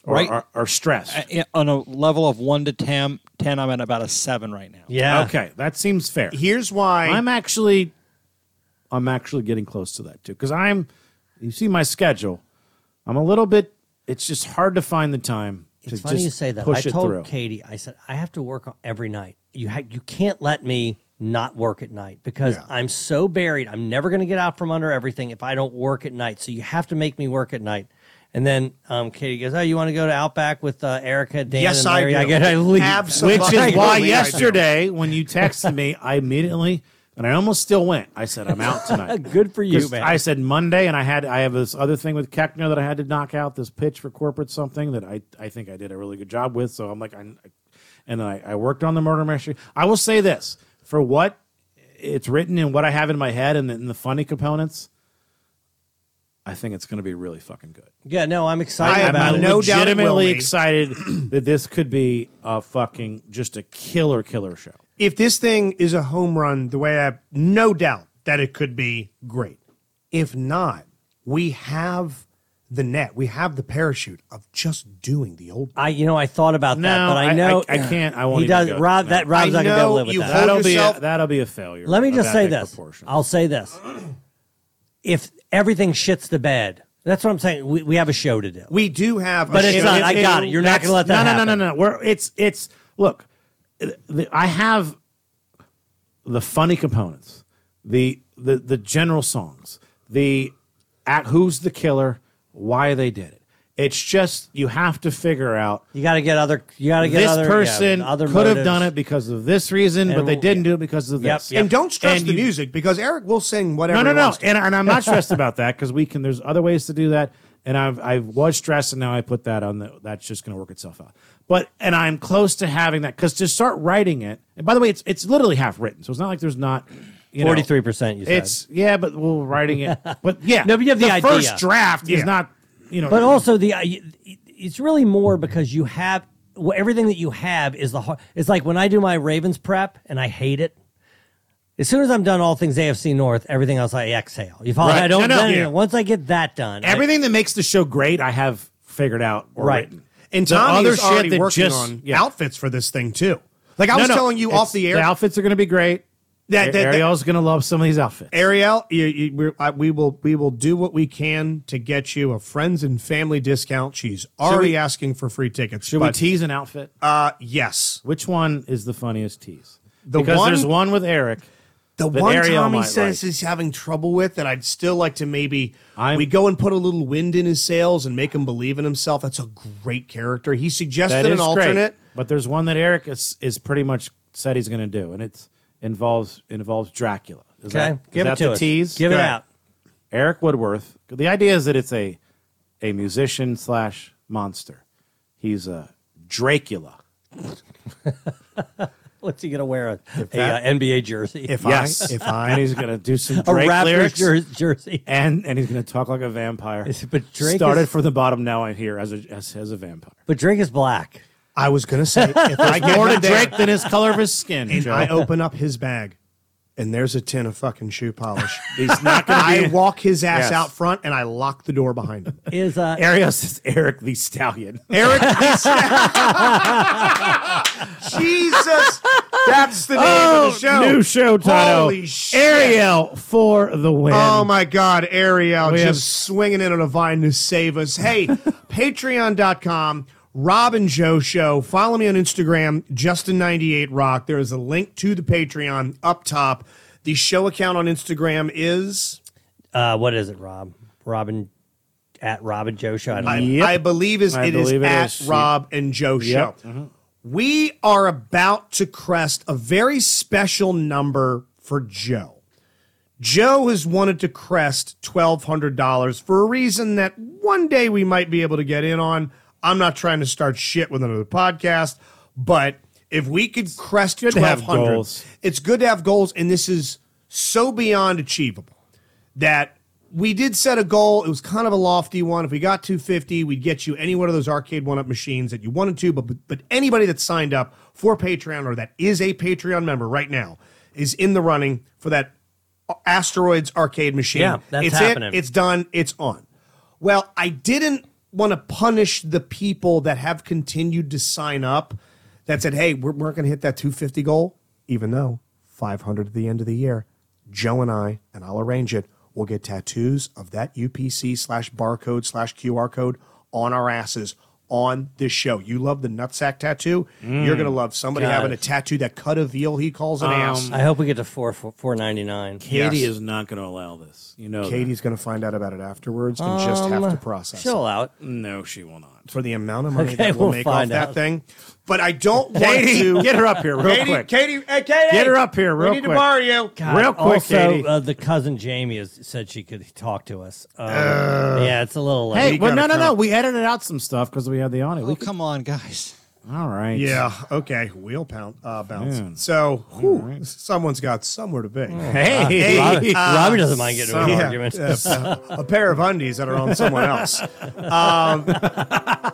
Speaker 10: Or,
Speaker 1: Right.
Speaker 10: Or, or stressed?
Speaker 1: I- on a level of one to 10, 10, I'm at about a seven right now.
Speaker 9: Yeah.
Speaker 10: Okay, that seems fair.
Speaker 11: Here's why
Speaker 10: I'm actually I'm actually getting close to that too cuz I'm you see my schedule. I'm a little bit it's just hard to find the time to
Speaker 9: It's funny
Speaker 10: just
Speaker 9: you say that. I
Speaker 10: push it
Speaker 9: told
Speaker 10: through.
Speaker 9: Katie, I said I have to work on- every night. You ha- you can't let me not work at night because I'm so buried. I'm never going to get out from under everything if I don't work at night. So you have to make me work at night. And then um, Katie goes, "Oh, you want to go to Outback with uh, Erica, Dan,
Speaker 10: Yes,
Speaker 9: and
Speaker 10: I
Speaker 9: Larry?"
Speaker 10: do.
Speaker 9: I get, I leave,
Speaker 10: Absolutely
Speaker 9: *laughs*
Speaker 10: Which is why I do. yesterday when you texted me, I immediately and I almost still went. I said I'm out tonight.
Speaker 9: *laughs* Good for you,
Speaker 10: 'Cause
Speaker 9: man.
Speaker 10: I said Monday, and I had I have this other thing with Keckner that I had to knock out this pitch for corporate something that I I think I did a really good job with. So I'm like, I, and then I, I worked on the murder mystery. I will say this for what it's written and what I have in my head and the, and the funny components. I think it's going to be really fucking good.
Speaker 9: yeah, no, I'm excited
Speaker 10: I am
Speaker 9: about it.
Speaker 10: legitimately excited *clears throat* that this could be a fucking just a killer killer show.
Speaker 11: If this thing is a home run, the way I no doubt that it could be great. If not, we have the net. We have the parachute of just doing the old.
Speaker 9: I, you know, I thought about that,
Speaker 10: No,
Speaker 9: but I
Speaker 10: I-
Speaker 9: know
Speaker 10: I- I can't. I won't
Speaker 9: He
Speaker 10: even
Speaker 9: does.
Speaker 10: go.
Speaker 9: Rob,
Speaker 10: No.
Speaker 9: that Rob's
Speaker 10: I
Speaker 9: not going to be able to
Speaker 10: know
Speaker 9: live with
Speaker 10: you
Speaker 9: that.
Speaker 10: hold That'll be a- yourself- that'll be a failure
Speaker 9: Let me
Speaker 10: of
Speaker 9: just
Speaker 10: that
Speaker 9: say
Speaker 10: big
Speaker 9: this. I'll say this: *clears throat* if everything shits the bed, that's what I'm saying. We, we have a show to do.
Speaker 11: We do have, a
Speaker 9: But it's
Speaker 11: show.
Speaker 9: not- I got it. You're not
Speaker 10: That's-
Speaker 9: gonna let
Speaker 10: No,
Speaker 9: that
Speaker 10: no,
Speaker 9: happen.
Speaker 10: no, no, no. We're, it's it's look. the- I have the funny components, the the the general songs, the at who's the killer, why they did it. It's just you have to figure out.
Speaker 9: You got to get other. You got to get
Speaker 10: this
Speaker 9: other, yeah,
Speaker 10: person
Speaker 9: other
Speaker 10: could have
Speaker 9: motives.
Speaker 10: done it because of this reason,
Speaker 9: And
Speaker 10: but they
Speaker 9: we'll-
Speaker 10: didn't do it because of
Speaker 9: Yep,
Speaker 10: this.
Speaker 9: yep.
Speaker 11: And don't stress
Speaker 10: And
Speaker 11: the
Speaker 10: you-
Speaker 11: music because Eric will sing whatever.
Speaker 10: no,
Speaker 11: he
Speaker 10: no, no.
Speaker 11: wants to.
Speaker 10: And, and I'm not stressed about that because we can. There's other ways to do that. And I've I was stressed, and now I put that on the. That's just going to work itself out. But and I'm close to having that because to start writing it. And by the way, it's it's literally half written, so it's not like there's not. you know,
Speaker 9: 43%, you said.
Speaker 10: It's yeah, but we're writing
Speaker 9: *laughs*
Speaker 10: it. But yeah,
Speaker 9: No, but you have the idea.
Speaker 10: first draft is
Speaker 9: Yeah.
Speaker 10: not you know.
Speaker 9: But also the, I- it's really more because you have well, everything that you have is the hard. It's like when I do my Ravens prep and I hate it. As soon as I'm done all things AFC North, everything else I exhale. You follow?
Speaker 10: Right.
Speaker 9: I don't.
Speaker 10: No, no,
Speaker 9: then-
Speaker 10: yeah.
Speaker 9: Once I get that done, I-
Speaker 10: everything that makes the show great, I have figured out or
Speaker 9: Right.
Speaker 10: written.
Speaker 11: And
Speaker 10: The
Speaker 11: Tommy
Speaker 10: other
Speaker 11: is
Speaker 10: shit
Speaker 11: already
Speaker 10: that
Speaker 11: working
Speaker 10: just-
Speaker 11: on
Speaker 10: yeah.
Speaker 11: outfits for this thing too. Like I
Speaker 10: No,
Speaker 11: was
Speaker 10: no,
Speaker 11: telling you
Speaker 10: it's-
Speaker 11: off the air,
Speaker 10: outfits are going to be great.
Speaker 11: That- that-
Speaker 10: Ariel's gonna love some of these outfits.
Speaker 11: Ariel, you, you, we're, I, we will we will do what we can to get you a friends and family discount. She's already
Speaker 10: we-
Speaker 11: asking for free tickets.
Speaker 10: Should we
Speaker 11: but
Speaker 10: tease an outfit?
Speaker 11: Uh, yes.
Speaker 10: Which one is the funniest tease?
Speaker 11: The
Speaker 10: because
Speaker 11: one-
Speaker 10: there's one with Eric.
Speaker 11: The
Speaker 10: that
Speaker 11: one
Speaker 10: Ariel
Speaker 11: Tommy
Speaker 10: might
Speaker 11: says he's having trouble with that I'd still like to maybe we go and put a little wind in his sails and make him believe in himself. That's a great character. He
Speaker 10: like.
Speaker 11: suggested
Speaker 10: That
Speaker 11: an
Speaker 10: is great,
Speaker 11: alternate.
Speaker 10: but there's one that Eric is, is pretty much said he's going to do, and it's involves involves Dracula. Is
Speaker 9: Okay,
Speaker 10: that,
Speaker 9: give
Speaker 10: is
Speaker 9: it
Speaker 10: that
Speaker 9: to
Speaker 10: the
Speaker 9: us.
Speaker 10: tease?
Speaker 9: Give it
Speaker 10: Good.
Speaker 9: out.
Speaker 10: Eric Woodworth. The idea is that it's a a musician slash monster. He's a Dracula.
Speaker 9: What's he gonna wear? A, a
Speaker 10: that-
Speaker 9: uh, NBA jersey.
Speaker 10: yes, and he's gonna do some Drake
Speaker 9: a Raptors
Speaker 10: lyrics,
Speaker 9: jer- jersey, *laughs*
Speaker 10: and and he's gonna talk like a vampire.
Speaker 9: But Drake is-
Speaker 10: started from the bottom. Now I'm here as a as, as a vampire.
Speaker 9: But Drake is black.
Speaker 11: I was gonna *laughs* say if I get
Speaker 10: more to
Speaker 11: him there-
Speaker 10: Drake than his color of his skin.
Speaker 11: and
Speaker 10: Joe.
Speaker 11: I open up his bag, and there's a tin of fucking shoe *laughs* polish.
Speaker 10: He's not gonna
Speaker 11: I
Speaker 10: be-
Speaker 11: walk his ass
Speaker 10: Yes.
Speaker 11: out front, and I lock the door behind him.
Speaker 9: Is uh,
Speaker 10: *laughs* Arios is Eric the Stallion. *laughs*
Speaker 11: Eric. Jesus, that's the name of the show.
Speaker 10: Oh, New show title.
Speaker 11: Holy shit.
Speaker 10: Ariel for the win.
Speaker 11: Oh my God, Ariel
Speaker 10: We
Speaker 11: just
Speaker 10: have-
Speaker 11: swinging in on a vine to save us.
Speaker 10: *laughs*
Speaker 11: Hey, patreon.com, Rob and Joe Show. Follow me on Instagram, Justin98Rock. There is a link to the Patreon up top. The show account on Instagram is,
Speaker 9: uh, what is it, Rob? Robin at Robin Joe Show. I don't
Speaker 11: I,
Speaker 9: know.
Speaker 11: I believe, is
Speaker 10: I
Speaker 11: it is
Speaker 10: believe it
Speaker 11: at
Speaker 10: is.
Speaker 11: Rob and Joe
Speaker 10: Yep. Mm-hmm.
Speaker 11: Show. We are about to crest a very special number for Joe. Joe has wanted to crest $1,200 for a reason that one day we might be able to get in on. I'm not trying to start shit with another podcast, but if we could crest
Speaker 10: to have
Speaker 11: 1,200,
Speaker 10: goals.
Speaker 11: it's good to have goals, and this is so beyond achievable that we did set a goal. It was kind of a lofty one. If we got 250, we'd get you any one of those arcade one up machines that you wanted to. But, but but anybody that signed up for Patreon or that is a Patreon member right now is in the running for that asteroids arcade machine.
Speaker 9: Yeah, that's
Speaker 11: it's
Speaker 9: happening.
Speaker 11: It, it's done. It's on. Well, I didn't want to punish the people that have continued to sign up that said, hey, we're, we're going to hit that 250 goal, even though 500 at the end of the year, Joe and I, and I'll arrange it, we'll get tattoos of that UPC slash barcode slash QR code on our asses on this show. You love the nutsack tattoo. You're going to love somebody
Speaker 9: Got
Speaker 11: having
Speaker 9: it.
Speaker 11: a tattoo that cut a veal he calls an
Speaker 10: Um,
Speaker 11: ass.
Speaker 9: I hope we get to four four, four ninety nine.
Speaker 10: Katie
Speaker 11: Yes.
Speaker 10: is not going to allow this. You know, that.
Speaker 11: Katie's going to find out about it afterwards and just have
Speaker 9: Um,
Speaker 11: to process it.
Speaker 9: Chill out.
Speaker 10: No, she will not.
Speaker 11: for the amount of money
Speaker 9: Okay,
Speaker 11: that we'll,
Speaker 9: we'll
Speaker 11: make off
Speaker 9: find
Speaker 11: that
Speaker 9: out.
Speaker 11: thing. But I don't want
Speaker 10: Katie,
Speaker 11: to
Speaker 10: *laughs* get her up here real
Speaker 11: Katie,
Speaker 10: quick.
Speaker 11: Katie, hey, Katie,
Speaker 10: Get her up here real
Speaker 11: we need to
Speaker 10: quick.
Speaker 11: borrow you.
Speaker 9: God,
Speaker 10: real quick,
Speaker 9: also,
Speaker 10: Katie.
Speaker 9: Uh, the cousin Jamie has said she could talk to us.
Speaker 10: Uh,
Speaker 9: Um, yeah, it's a little late.
Speaker 10: Hey, well, no,
Speaker 11: gotta
Speaker 10: no, no.
Speaker 11: come.
Speaker 10: We edited out some stuff because we had the audio.
Speaker 1: Oh,
Speaker 10: We could-
Speaker 1: come on, guys.
Speaker 10: all right.
Speaker 11: Yeah. Okay. Wheel pound uh, bounce.
Speaker 10: Man. Oh,
Speaker 11: So whew, someone's got somewhere to be.
Speaker 10: Hey,
Speaker 9: Robbie,
Speaker 11: uh,
Speaker 9: Robbie doesn't mind getting into an
Speaker 11: Yeah,
Speaker 9: argument.
Speaker 11: yeah, uh, a pair of undies that are on someone
Speaker 10: *laughs*
Speaker 11: else. Um,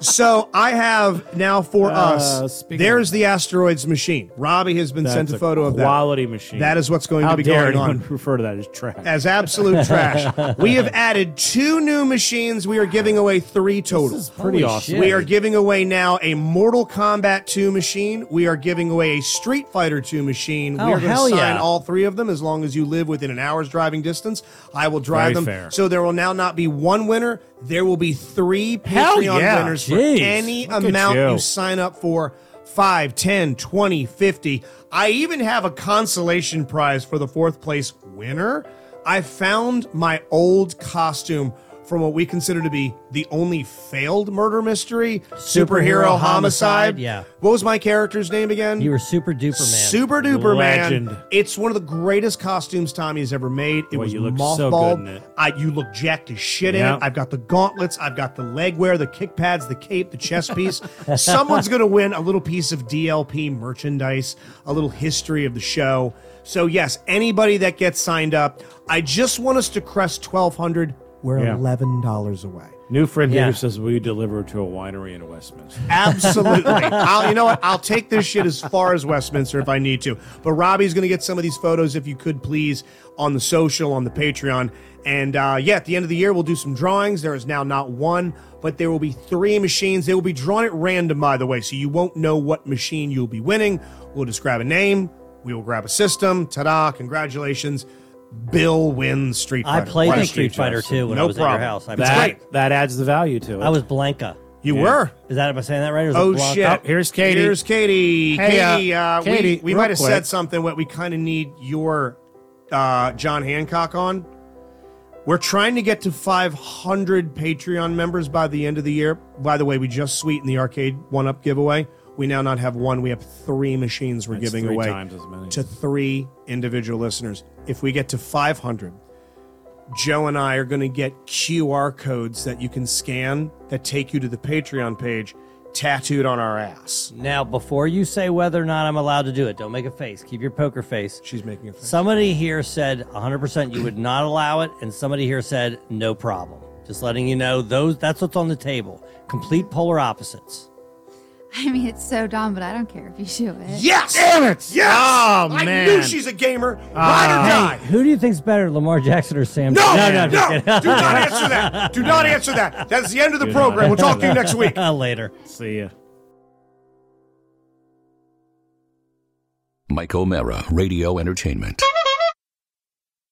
Speaker 11: so I have now for
Speaker 10: Uh,
Speaker 11: us.
Speaker 10: speaking
Speaker 11: There's
Speaker 10: of-
Speaker 11: the asteroids machine. Robbie has been
Speaker 10: That's
Speaker 11: sent a photo of that.
Speaker 10: quality machine.
Speaker 11: That is what's going
Speaker 10: How
Speaker 11: to be
Speaker 10: dare
Speaker 11: going on.
Speaker 10: anyone *laughs* refer to that as trash?
Speaker 11: as absolute trash. We
Speaker 10: *laughs*
Speaker 11: have added two new machines. We are giving away three total.
Speaker 10: pretty
Speaker 9: Holy
Speaker 10: awesome.
Speaker 9: shit.
Speaker 11: We are giving away now a Mortal Kombat 2 machine. We are giving away a Street Fighter 2 machine.
Speaker 9: Oh,
Speaker 11: we are going to
Speaker 9: hell
Speaker 11: sign
Speaker 9: yeah.
Speaker 11: all three of them as long as you live within an hour's driving distance. I will drive
Speaker 10: Very
Speaker 11: them.
Speaker 10: fair.
Speaker 11: So there will now not be one winner. There will be three
Speaker 10: Hell
Speaker 11: Patreon
Speaker 10: yeah.
Speaker 11: winners
Speaker 9: Jeez.
Speaker 11: for any
Speaker 10: Look at
Speaker 11: amount
Speaker 10: you.
Speaker 11: you sign up for 5, 10, 20, 50. I even have a consolation prize for the fourth place winner. I found my old costume from what we consider to be the only failed murder mystery superhero,
Speaker 9: Superhero
Speaker 11: homicide.
Speaker 9: homicide, yeah.
Speaker 11: What was my character's name again?
Speaker 9: you were super duper man.
Speaker 11: Super duper man.
Speaker 10: Legend.
Speaker 11: It's one of the greatest costumes Tommy has ever made. It
Speaker 10: Boy,
Speaker 11: was
Speaker 10: you look so
Speaker 11: mothballed.
Speaker 10: good in it.
Speaker 11: I, you look jacked as shit in
Speaker 10: Yeah.
Speaker 11: it. I've got the gauntlets. I've got the leg wear, the kick pads, the cape, the
Speaker 10: *laughs*
Speaker 11: chest piece. Someone's going to win a little piece of DLP merchandise, a little history of the show. So, yes, anybody that gets signed up, I just want us to crest 1200 We're
Speaker 10: Yeah.
Speaker 11: $11 away.
Speaker 10: New friend
Speaker 9: Yeah.
Speaker 10: here says we deliver to a winery in Westminster.
Speaker 11: Absolutely. I'll, you know what? I'll take this shit as far as Westminster if I need to. But Robbie's going to get some of these photos, if you could please, on the social, on the Patreon. And uh, yeah, at the end of the year, we'll do some drawings. There is now not one, but there will be three machines. They will be drawn at random, by the way. So you won't know what machine you'll be winning. We'll describe a name, We will grab a system. Ta da! Congratulations. Bill wins Street
Speaker 9: I
Speaker 11: Fighter.
Speaker 9: played
Speaker 11: Why
Speaker 9: the Street Fighter
Speaker 11: Justin?
Speaker 9: 2 when
Speaker 11: no
Speaker 9: I was
Speaker 11: problem.
Speaker 9: at your house. I
Speaker 11: That's
Speaker 9: played
Speaker 11: great.
Speaker 9: it.
Speaker 10: That adds the value to it.
Speaker 9: I was Blanca.
Speaker 11: You were?
Speaker 9: Is that am I saying that right? Or is
Speaker 11: Oh
Speaker 9: it Blanca?
Speaker 11: shit!
Speaker 10: here's Katie.
Speaker 11: Here's Katie.
Speaker 10: Hey, uh,
Speaker 11: Katie, uh,
Speaker 10: Katie,
Speaker 11: we, we
Speaker 10: real
Speaker 11: might have
Speaker 10: quick.
Speaker 11: said something. What we kind of need your uh, John Hancock on. We're trying to get to 500 Patreon members by the end of the year. By the way, we just sweetened the arcade one up giveaway. We now not have one. We have three machines we're
Speaker 10: That's
Speaker 11: giving
Speaker 10: three
Speaker 11: away
Speaker 10: times as many.
Speaker 11: to three individual listeners. If we get to 500, Joe and I are going to get QR codes that you can scan that take you to the Patreon page tattooed on our ass.
Speaker 9: Now, before you say whether or not I'm allowed to do it, don't make a face. Keep your poker face.
Speaker 11: She's making a face.
Speaker 9: Somebody here said 100% you would not allow it, and somebody here said no problem. Just letting you know, those that's what's on the table. Complete polar opposites.
Speaker 14: I mean, it's so dumb, but I don't care if you do it.
Speaker 11: Yes!
Speaker 10: Damn it!
Speaker 11: Yes!
Speaker 10: Oh,
Speaker 11: I
Speaker 10: man.
Speaker 11: knew she's a gamer.
Speaker 9: Hey,
Speaker 11: Ride or die.
Speaker 9: who do you think's better, Lamar Jackson or Sam?
Speaker 11: No, no,
Speaker 9: Jackson? just kidding.
Speaker 11: do not answer that. Do not answer that. That's the end of the program. We'll talk to you next week.
Speaker 9: Uh, Later.
Speaker 10: See ya.
Speaker 17: Mike O'Mara, Radio Entertainment.